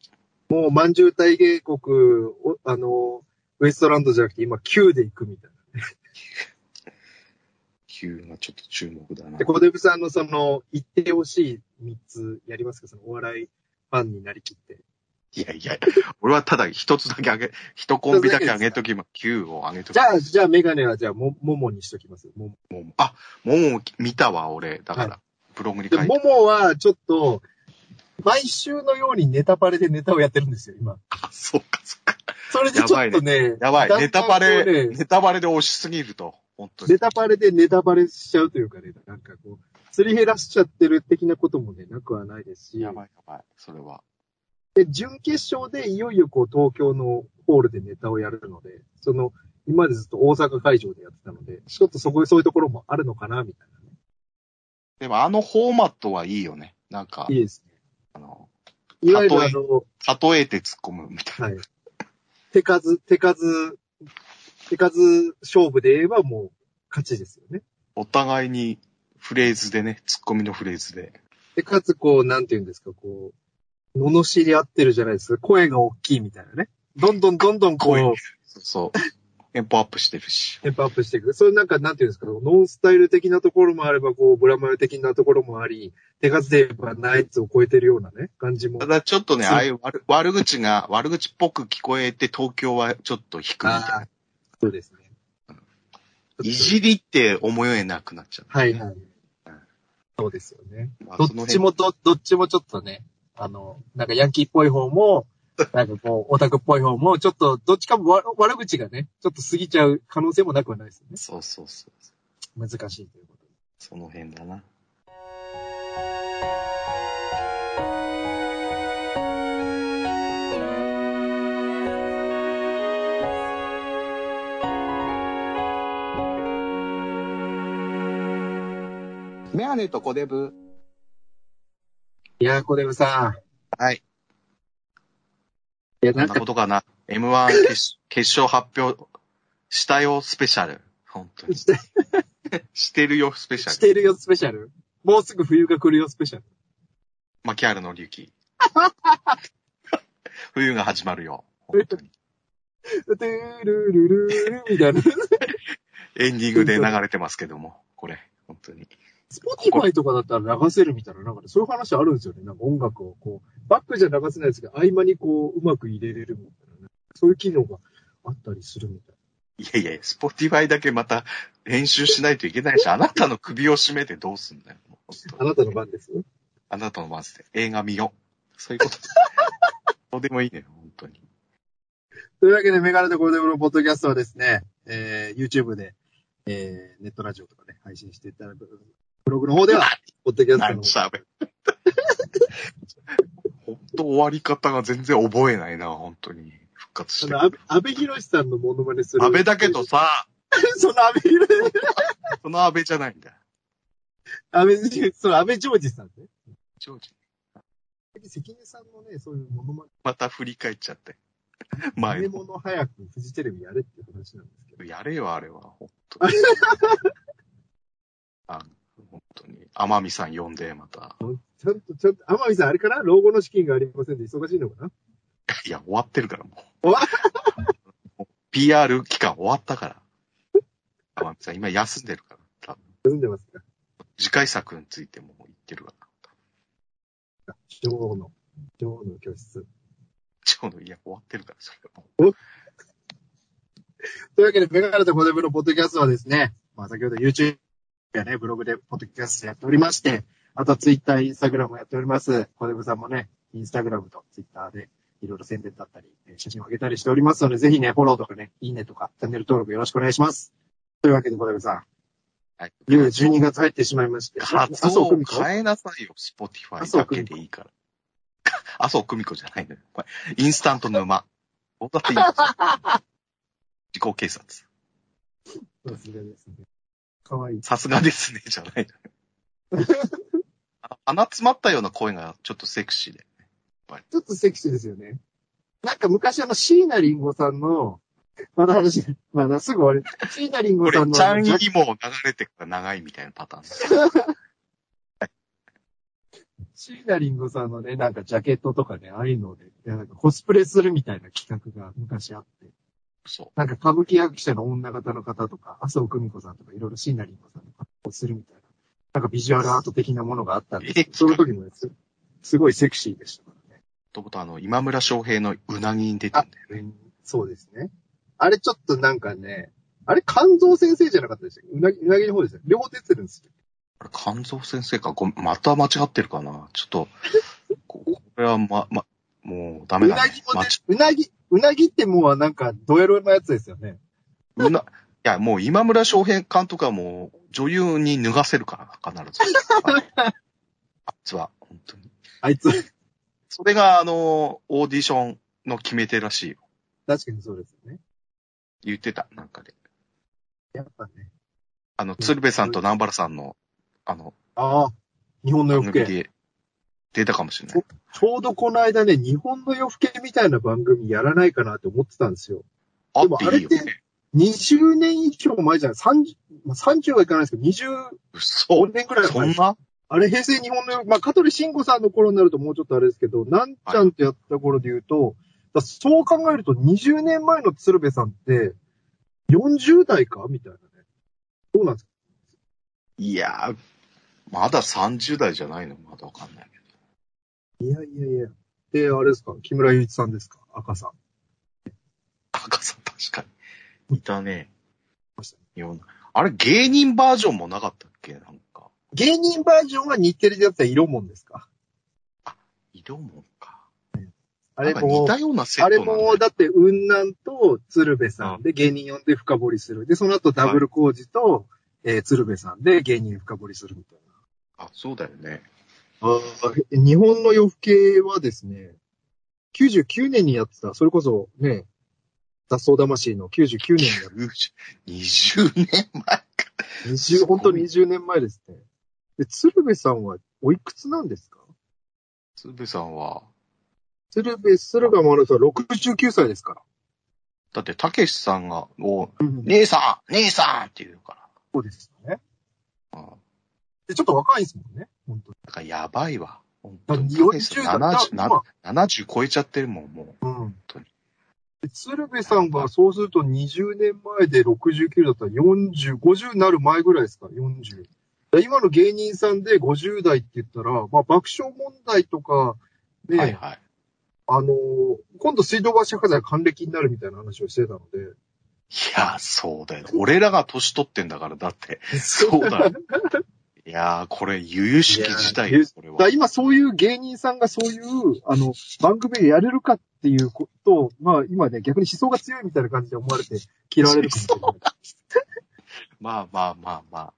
[SPEAKER 2] もう、満州大芸国、おあの、ウエストランドじゃなくて、今、9で行くみたい
[SPEAKER 3] 急がちょっと注目だな
[SPEAKER 2] な。で、。小出さんのその、言ってほしい3つやりますかその、お笑いファンになりきって。
[SPEAKER 3] いやいや、俺はただ一つだけあげ、一コンビだけあげときま、9をあげとき
[SPEAKER 2] じゃあ、じゃあ、メガネは、じゃあ、も、ももにしときます。もも。
[SPEAKER 3] あ、もう見たわ、俺。だから、
[SPEAKER 2] は
[SPEAKER 3] ブログに
[SPEAKER 2] で、
[SPEAKER 3] 書い
[SPEAKER 2] も
[SPEAKER 3] て。
[SPEAKER 2] もは、ちょっと、毎週のようにネタバレでネタをやってるんですよ、今。
[SPEAKER 3] あ、そっかそっか。
[SPEAKER 2] それでちょっとね、
[SPEAKER 3] やばい、
[SPEAKER 2] だんだん
[SPEAKER 3] ネタバ
[SPEAKER 2] こう
[SPEAKER 3] レ、
[SPEAKER 2] ね
[SPEAKER 3] ネタバレで押しすぎると。本当に。
[SPEAKER 2] ネタバレでネタバレしちゃうというかね、なんかこう、すり減らしちゃってる的なこともね、なくはないですし
[SPEAKER 3] や、ばいやばい、それは。
[SPEAKER 2] で、準決勝でいよいよこう東京のホールでネタをやるので、その、今までずっと大阪会場でやってたので、ちょっとそこ、そういうところもあるのかな、みたい
[SPEAKER 3] でもあのフォーマットはいいよね。なんか
[SPEAKER 2] な。、いいですね。
[SPEAKER 3] あの、
[SPEAKER 2] いわゆるあの、
[SPEAKER 3] 例えて突っ込むみたいな。
[SPEAKER 2] はい。手数、手数、手数勝負で言えばもう勝ちですよね。
[SPEAKER 3] お互いにフレーズでね、突っ込みのフレーズで。
[SPEAKER 2] で、かつ、こう、なんて言うんですか、こう、罵り合ってるじゃないですか。声が大きいみたいなね。どんどんどんどんこ
[SPEAKER 3] 声
[SPEAKER 2] う、
[SPEAKER 3] そうそう。 テンポアップしてるし。
[SPEAKER 2] テンポアップしていく。それなんか、なんて言うんですか、ノンスタイル的なところもあれば、こう、ブラマヨ的なところもあり、手数で言えばナイツを超えてるようなね、感じも
[SPEAKER 3] た。だちょっとね、
[SPEAKER 2] そう
[SPEAKER 3] ああいう悪悪口が、悪口っぽく聞こえて東京はちょっと低いみたい
[SPEAKER 2] あ
[SPEAKER 3] な
[SPEAKER 2] あ。、そうですね。
[SPEAKER 3] いじりって思えなくなっちゃった。
[SPEAKER 2] はいはい。そうですよね。
[SPEAKER 3] まあ
[SPEAKER 2] ど
[SPEAKER 3] その
[SPEAKER 2] っ
[SPEAKER 3] 辺
[SPEAKER 2] ちもど、どっちもちょっとね、あの、なんかヤンキーっぽい方 も、なんかこう、オタクっぽい方も、ちょっと、どっちかもわ悪口がね、ちょっと過ぎちゃう可能性もなくはないですよね。
[SPEAKER 3] そうそうそう。
[SPEAKER 2] 難しいということで。
[SPEAKER 3] その辺だな。メガネとコデブ。
[SPEAKER 2] いやー、小出部さ
[SPEAKER 3] はい。
[SPEAKER 2] ん。いや、
[SPEAKER 3] こ
[SPEAKER 2] なんん
[SPEAKER 3] な
[SPEAKER 2] か、
[SPEAKER 3] ことかな。M1 決 決勝発表したよスペシャル。本 当に。
[SPEAKER 2] して、
[SPEAKER 3] してるよスペシャ
[SPEAKER 2] し
[SPEAKER 3] ル。
[SPEAKER 2] てるよスペシャル。もうすぐ冬が来るよスペシャル。
[SPEAKER 3] 牧原の隆起。冬が始まるよ。本当に。
[SPEAKER 2] てるるるるみたいな。
[SPEAKER 3] エンディングで流れてますけども、これ、本当に。
[SPEAKER 2] スポティファイとかだったら流せるみたいな、なんかね、そういう話あるんですよね。なんか音楽をこう、バックじゃ流せないですけど、合間にこう、うまく入れれるみたいな、ね。そういう機能があったりするみたい
[SPEAKER 3] いやいや、スポティファイだけまた練習しないといけないし、あなたの首を絞めてどうすんだよ。
[SPEAKER 2] な。あなたの番ですよ。
[SPEAKER 3] あなたのマジで映画見よう。そういうこと。どうでもいいね、本当に。
[SPEAKER 2] というわけで、メガネとゴールデンのポッドキャストはですね、えー、YouTube で、えー、ネットラジオとかね、配信していただく、ブログの方では、ポッドキャスト
[SPEAKER 3] 何
[SPEAKER 2] の、
[SPEAKER 3] 喋る。本当終わり方が全然覚えないな、本当に。復活して
[SPEAKER 2] あの、安倍博さんのモノマネする。
[SPEAKER 3] 安倍だけど、さ、
[SPEAKER 2] その安倍博
[SPEAKER 3] その安倍じゃないんだよ。
[SPEAKER 2] 安倍、その安倍ジョージさんね。
[SPEAKER 3] ジョージ
[SPEAKER 2] 関根さんのね、そういうモノマネ
[SPEAKER 3] また振り返っちゃって。 前
[SPEAKER 2] 買い
[SPEAKER 3] の。
[SPEAKER 2] 物早くフジテレビやれっていう話なんですけど。
[SPEAKER 3] やれよ、あれは。本当 に。あ本当に。天海さん呼んで、また。
[SPEAKER 2] ちゃんと、ちゃんと、天海さんあれかな老後の資金がありませんで忙しいのかない
[SPEAKER 3] や、終わってるから、も う。
[SPEAKER 2] 終わ
[SPEAKER 3] もう PR 期間終わったから。天海さん、今休んでるから。多分
[SPEAKER 2] 休んでますか
[SPEAKER 3] 次回作についても言ってるから。
[SPEAKER 2] 女王の、女王の教室。
[SPEAKER 3] ちょうど、いや、終わってるから、それはもう。
[SPEAKER 2] というわけで、メガネとコデブのポッドキャストはですね、まあ先ほど YouTube やね、ブログでポッドキャストやっておりまして、あと Twitter、Instagram もやっております。コデブさんもね、Instagram と Twitter でいろいろ宣伝だったり、えー写真を上げたりしておりますので、ぜひね、フォローとかね、いいねとか、チャンネル登録よろしくお願いします。というわけで、コデブさん、
[SPEAKER 3] はい。
[SPEAKER 2] いよいよ12月入ってしまいまして、
[SPEAKER 3] 画像
[SPEAKER 2] 麻生
[SPEAKER 3] を
[SPEAKER 2] 久美子
[SPEAKER 3] 変えなさいよ、スポティファ
[SPEAKER 2] 麻
[SPEAKER 3] イだ
[SPEAKER 2] 生
[SPEAKER 3] け
[SPEAKER 2] 久美子
[SPEAKER 3] でいいから。 麻生久美子じゃないのよ。これインスタント沼。どうだっていいよ。 自己警察。
[SPEAKER 2] さすがですね。かわいい。
[SPEAKER 3] さすがですね、じゃない のよ。あ鼻詰まったような声がちょっとセクシーで。
[SPEAKER 2] ちょっとセクシーですよね。なんか昔あの、椎名林檎さんの、まだ話、まだすぐ終わり。椎名林
[SPEAKER 3] こ
[SPEAKER 2] 檎
[SPEAKER 3] れ、チ
[SPEAKER 2] さんの、
[SPEAKER 3] ャン
[SPEAKER 2] ジャ
[SPEAKER 3] イも流れてから長いみたいなパターン。
[SPEAKER 2] シーナリンゴさんのね、なんかジャケットとかね、ああいうので、なんかコスプレするみたいな企画が昔あって、
[SPEAKER 3] そ
[SPEAKER 2] なんか歌舞伎役者の女方の方とか、麻生久美子さんとか、いろいろシーナリンゴさんの格好をするみたいな、なんかビジュアルアート的なものがあったんですけど、その時のやつ、すごいセクシーでしたからね。
[SPEAKER 3] う。とことあの、今村翔平のうなぎに出て んだよね。
[SPEAKER 2] そうですね。あれちょっとなんかね、あれ肝臓先生じゃなかったでしたっけうなぎ、うなぎの方ですね。両方出てるんですよ。
[SPEAKER 3] あれ、肝臓先生か、ごめんまた間違ってるかな。ちょっと、ここれはま、ま、もうダメ
[SPEAKER 2] う
[SPEAKER 3] だ
[SPEAKER 2] な
[SPEAKER 3] ね
[SPEAKER 2] ぎも。ね
[SPEAKER 3] 間違、
[SPEAKER 2] うなぎ、うなぎってもうなんかドエロのやつですよね。
[SPEAKER 3] うな、いや、もう今村翔平監督はもう女優に脱がせるから、必ず。あいつは、本当に。
[SPEAKER 2] あいつ、
[SPEAKER 3] それが、あの、オーディションの決め手らしいよ。
[SPEAKER 2] 確かにそうですよね。
[SPEAKER 3] 言ってた、なんかで。
[SPEAKER 2] やっぱね。
[SPEAKER 3] あの、鶴瓶さんと南原さんの、あの、
[SPEAKER 2] ああ、日本の
[SPEAKER 3] 番
[SPEAKER 2] 夜更
[SPEAKER 3] 組
[SPEAKER 2] け。
[SPEAKER 3] で出たかもしれない。
[SPEAKER 2] ちょうどこの間ね、日本の夜更けみたいな番組やらないかなって思ってたんですよ。
[SPEAKER 3] あ
[SPEAKER 2] でも
[SPEAKER 3] っていいよ
[SPEAKER 2] あれ
[SPEAKER 3] ね。
[SPEAKER 2] 20年以上前じゃない ?30、まあ、30はいかないですけど、
[SPEAKER 3] 嘘
[SPEAKER 2] 25年くらい
[SPEAKER 3] そん
[SPEAKER 2] 前。
[SPEAKER 3] な
[SPEAKER 2] あれ、平成日本の夜、まあ、香取慎吾さんの頃になるともうちょっとあれですけど、なんちゃんってやった頃で言うと、だそう考えると20年前の鶴瓶さんって、40代かみたいなね。どうなんですか
[SPEAKER 3] いやー、まだ30代じゃないのまだわかんないけど。
[SPEAKER 2] いやいやいや。で、あれですか木村祐一さんですか赤さん。
[SPEAKER 3] 赤さん確かに。いたね
[SPEAKER 2] まし。
[SPEAKER 3] いやあれ芸人バージョンもなかったっけなんか。
[SPEAKER 2] 芸人バージョンは日テレでやってた色もんですか
[SPEAKER 3] 色もんか。
[SPEAKER 2] あ
[SPEAKER 3] あ
[SPEAKER 2] れ
[SPEAKER 3] れ
[SPEAKER 2] も
[SPEAKER 3] 似、たようなセッ
[SPEAKER 2] あ
[SPEAKER 3] ト
[SPEAKER 2] れ
[SPEAKER 3] なんだよ
[SPEAKER 2] も、だって、雲南と鶴瓶さ
[SPEAKER 3] うん
[SPEAKER 2] で芸人呼んで深掘りする。で、その後ダブル工事と、えー鶴瓶さんで芸人深掘りするみたいな。
[SPEAKER 3] あ、そうだよね。
[SPEAKER 2] 日本の夜更けはですね、99年にやってた、それこそね、脱走魂の99年にや っ
[SPEAKER 3] 90 20年前か。
[SPEAKER 2] て20、本当に20年前ですね。で、鶴瓶さんはおいくつなんですか
[SPEAKER 3] 鶴瓶さんは、
[SPEAKER 2] 鶴瓶、鶴瓶もある人は69歳ですから。
[SPEAKER 3] だってたけしさんが、お
[SPEAKER 2] うん
[SPEAKER 3] 姉さん姉さんって言うか
[SPEAKER 2] そうですよね。
[SPEAKER 3] ら。うん。なん
[SPEAKER 2] で、ちょっと若いですもんね。本当
[SPEAKER 3] かやばいわ。本当
[SPEAKER 2] だから
[SPEAKER 3] に。たけしさ
[SPEAKER 2] 40
[SPEAKER 3] ん
[SPEAKER 2] だ
[SPEAKER 3] 70
[SPEAKER 2] だ
[SPEAKER 3] な70超えちゃってるもん、もう。
[SPEAKER 2] 今うん
[SPEAKER 3] 当に。
[SPEAKER 2] で鶴瓶さんはそうすると20年前で69だったら40、50なる前ぐらいですか ?40。で今の芸人さんで50代って言ったら、まあ爆笑問題とか、ね、
[SPEAKER 3] はいはい。
[SPEAKER 2] あのー今度水道橋博士が還暦になるみたいな話をしてたので。
[SPEAKER 3] いや、そうだよ。俺らが年取ってんだから、だ って。そうだよ。いやー、これ、由々しき事態
[SPEAKER 2] い
[SPEAKER 3] で
[SPEAKER 2] や
[SPEAKER 3] す、これ
[SPEAKER 2] だから
[SPEAKER 3] は。
[SPEAKER 2] 今そういう芸人さんがそういう、あの、番組でやれるかっていうことを、まあ今ね、逆に思想が強いみたいな感じで思われて嫌われるかもしれない。
[SPEAKER 3] まあまあまあま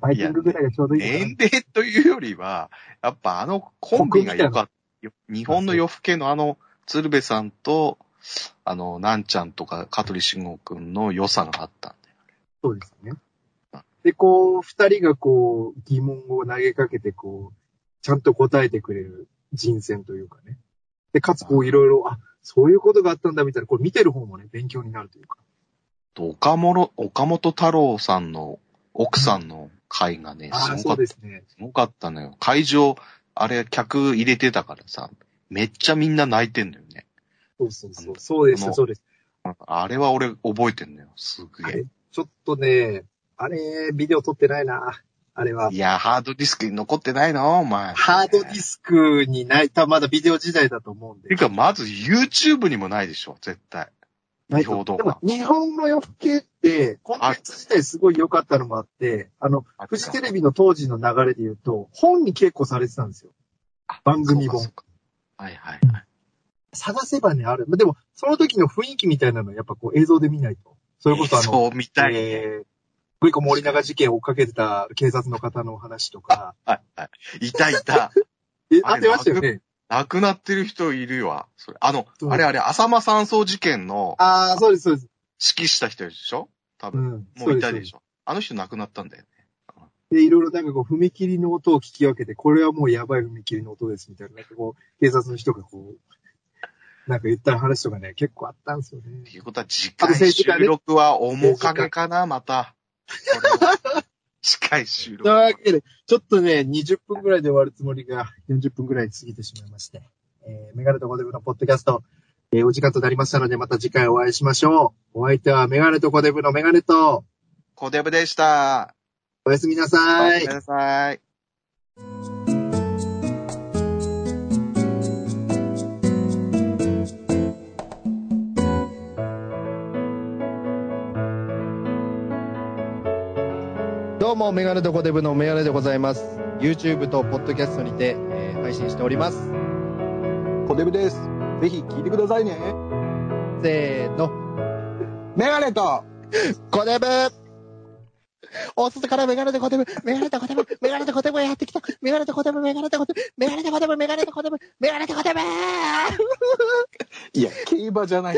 [SPEAKER 2] バイキングぐらいがちょう
[SPEAKER 3] あ。
[SPEAKER 2] どいいかな。
[SPEAKER 3] 年齢というよりは、やっぱあのコンビが良かった。日本の夜更けのあの、鶴瓶さんと、あの、なんちゃんとか、香取慎吾くんの良さがあったん
[SPEAKER 2] そうですね。で、こう、二人がこう、疑問を投げかけて、こう、ちゃんと答えてくれる人選というかね。で、かつこう、いろいろ、あ、そういうことがあったんだみたいな、これ見てる方もね、勉強になるというか。
[SPEAKER 3] だよ。岡本、岡本太郎さんの奥さんの会がね、
[SPEAKER 2] ああ、
[SPEAKER 3] す
[SPEAKER 2] そ
[SPEAKER 3] ご
[SPEAKER 2] う
[SPEAKER 3] か
[SPEAKER 2] で
[SPEAKER 3] った。
[SPEAKER 2] すね。
[SPEAKER 3] すごかったのよ。会場、あれ、客入れてたからさ、めっちゃみんな泣いてんだよね。
[SPEAKER 2] そうそうそ
[SPEAKER 3] あ
[SPEAKER 2] う。
[SPEAKER 3] の
[SPEAKER 2] そうで
[SPEAKER 3] あ
[SPEAKER 2] す、
[SPEAKER 3] の
[SPEAKER 2] そうです。
[SPEAKER 3] あれは俺覚えてんのよ。す
[SPEAKER 2] あ
[SPEAKER 3] げえ
[SPEAKER 2] れ。、ちょっとね、あれ、ビデオ撮ってないな。あれは。
[SPEAKER 3] いや、ハードディスクに残ってないのお前。
[SPEAKER 2] ハードディ
[SPEAKER 3] ス
[SPEAKER 2] スクにない、たまだビデオ時代だと思うんで
[SPEAKER 3] て。か、まず YouTube にもないでしょ、絶対。
[SPEAKER 2] ない
[SPEAKER 3] 違
[SPEAKER 2] と
[SPEAKER 3] 法動
[SPEAKER 2] でも
[SPEAKER 3] 画。
[SPEAKER 2] 日本の夜更けって、コンテンツ自体すごい良かったのもあって、あの、
[SPEAKER 3] あ
[SPEAKER 2] フジテレビの当時の流れで言うと、本に稽古されてたんですよ。番組本。
[SPEAKER 3] そうかそうかはいはいはい。
[SPEAKER 2] 探せばね、ある。まあでも、その時の雰囲気みたいなのはやっぱこう映像で見ないと。それこそあの、
[SPEAKER 3] そう、みたいね。
[SPEAKER 2] えー、グリコ森永事件を追っかけてた警察の方の話とか、
[SPEAKER 3] はいはい。いたい た。
[SPEAKER 2] え、
[SPEAKER 3] あ
[SPEAKER 2] あっ
[SPEAKER 3] れ
[SPEAKER 2] てましたよね。
[SPEAKER 3] 亡くなってる人いるわ。それあの
[SPEAKER 2] そ、う
[SPEAKER 3] あれあれ、浅間山荘事件の
[SPEAKER 2] ああ、そうです、そうです。
[SPEAKER 3] 指揮した人でしょ多
[SPEAKER 2] う
[SPEAKER 3] 分。
[SPEAKER 2] ん。
[SPEAKER 3] もういた
[SPEAKER 2] そ
[SPEAKER 3] で
[SPEAKER 2] うです
[SPEAKER 3] しょあの人亡くなったんだよね。
[SPEAKER 2] で、いろいろなんかこう、踏切の音を聞き分けて、これはもうやばい踏切の音ですみたいな、なんかこう、警察の人がこう、なんか言った話とかね、結構あったんですよね
[SPEAKER 3] っ。ていうことは、次
[SPEAKER 2] あと
[SPEAKER 3] 回
[SPEAKER 2] 政治家ね
[SPEAKER 3] 収録は面影かな、また。これは近い収
[SPEAKER 2] という
[SPEAKER 3] 録。
[SPEAKER 2] わけで、ちょっとね、20分ぐらいで終わるつもりが、40分ぐらい過ぎてしまいまして、えー、メガネとコデブのポッドキャスト、えーお時間となりましたので、また次回お会いしましょう。お相手はメガネとコデブのメガネと、
[SPEAKER 3] コデブでした。
[SPEAKER 2] おやすみなさ
[SPEAKER 3] ご
[SPEAKER 2] い
[SPEAKER 3] めん。なさい。
[SPEAKER 2] どうも、メガネとコデブのメガネでございます。YouTube と Podcast にて、えー配信しております。
[SPEAKER 5] コデブです。ぜひ聞いてくださいね。
[SPEAKER 2] せーの、
[SPEAKER 5] メガネと
[SPEAKER 2] コデブお外からメガネとコデブ、メガネとコデブ、メガネとコデブやってきた、メガネとコデブ、メガネとコデブ、メガネとコデブ、メガネとコデブ、メガネとコデブ
[SPEAKER 5] いや、競馬じゃない。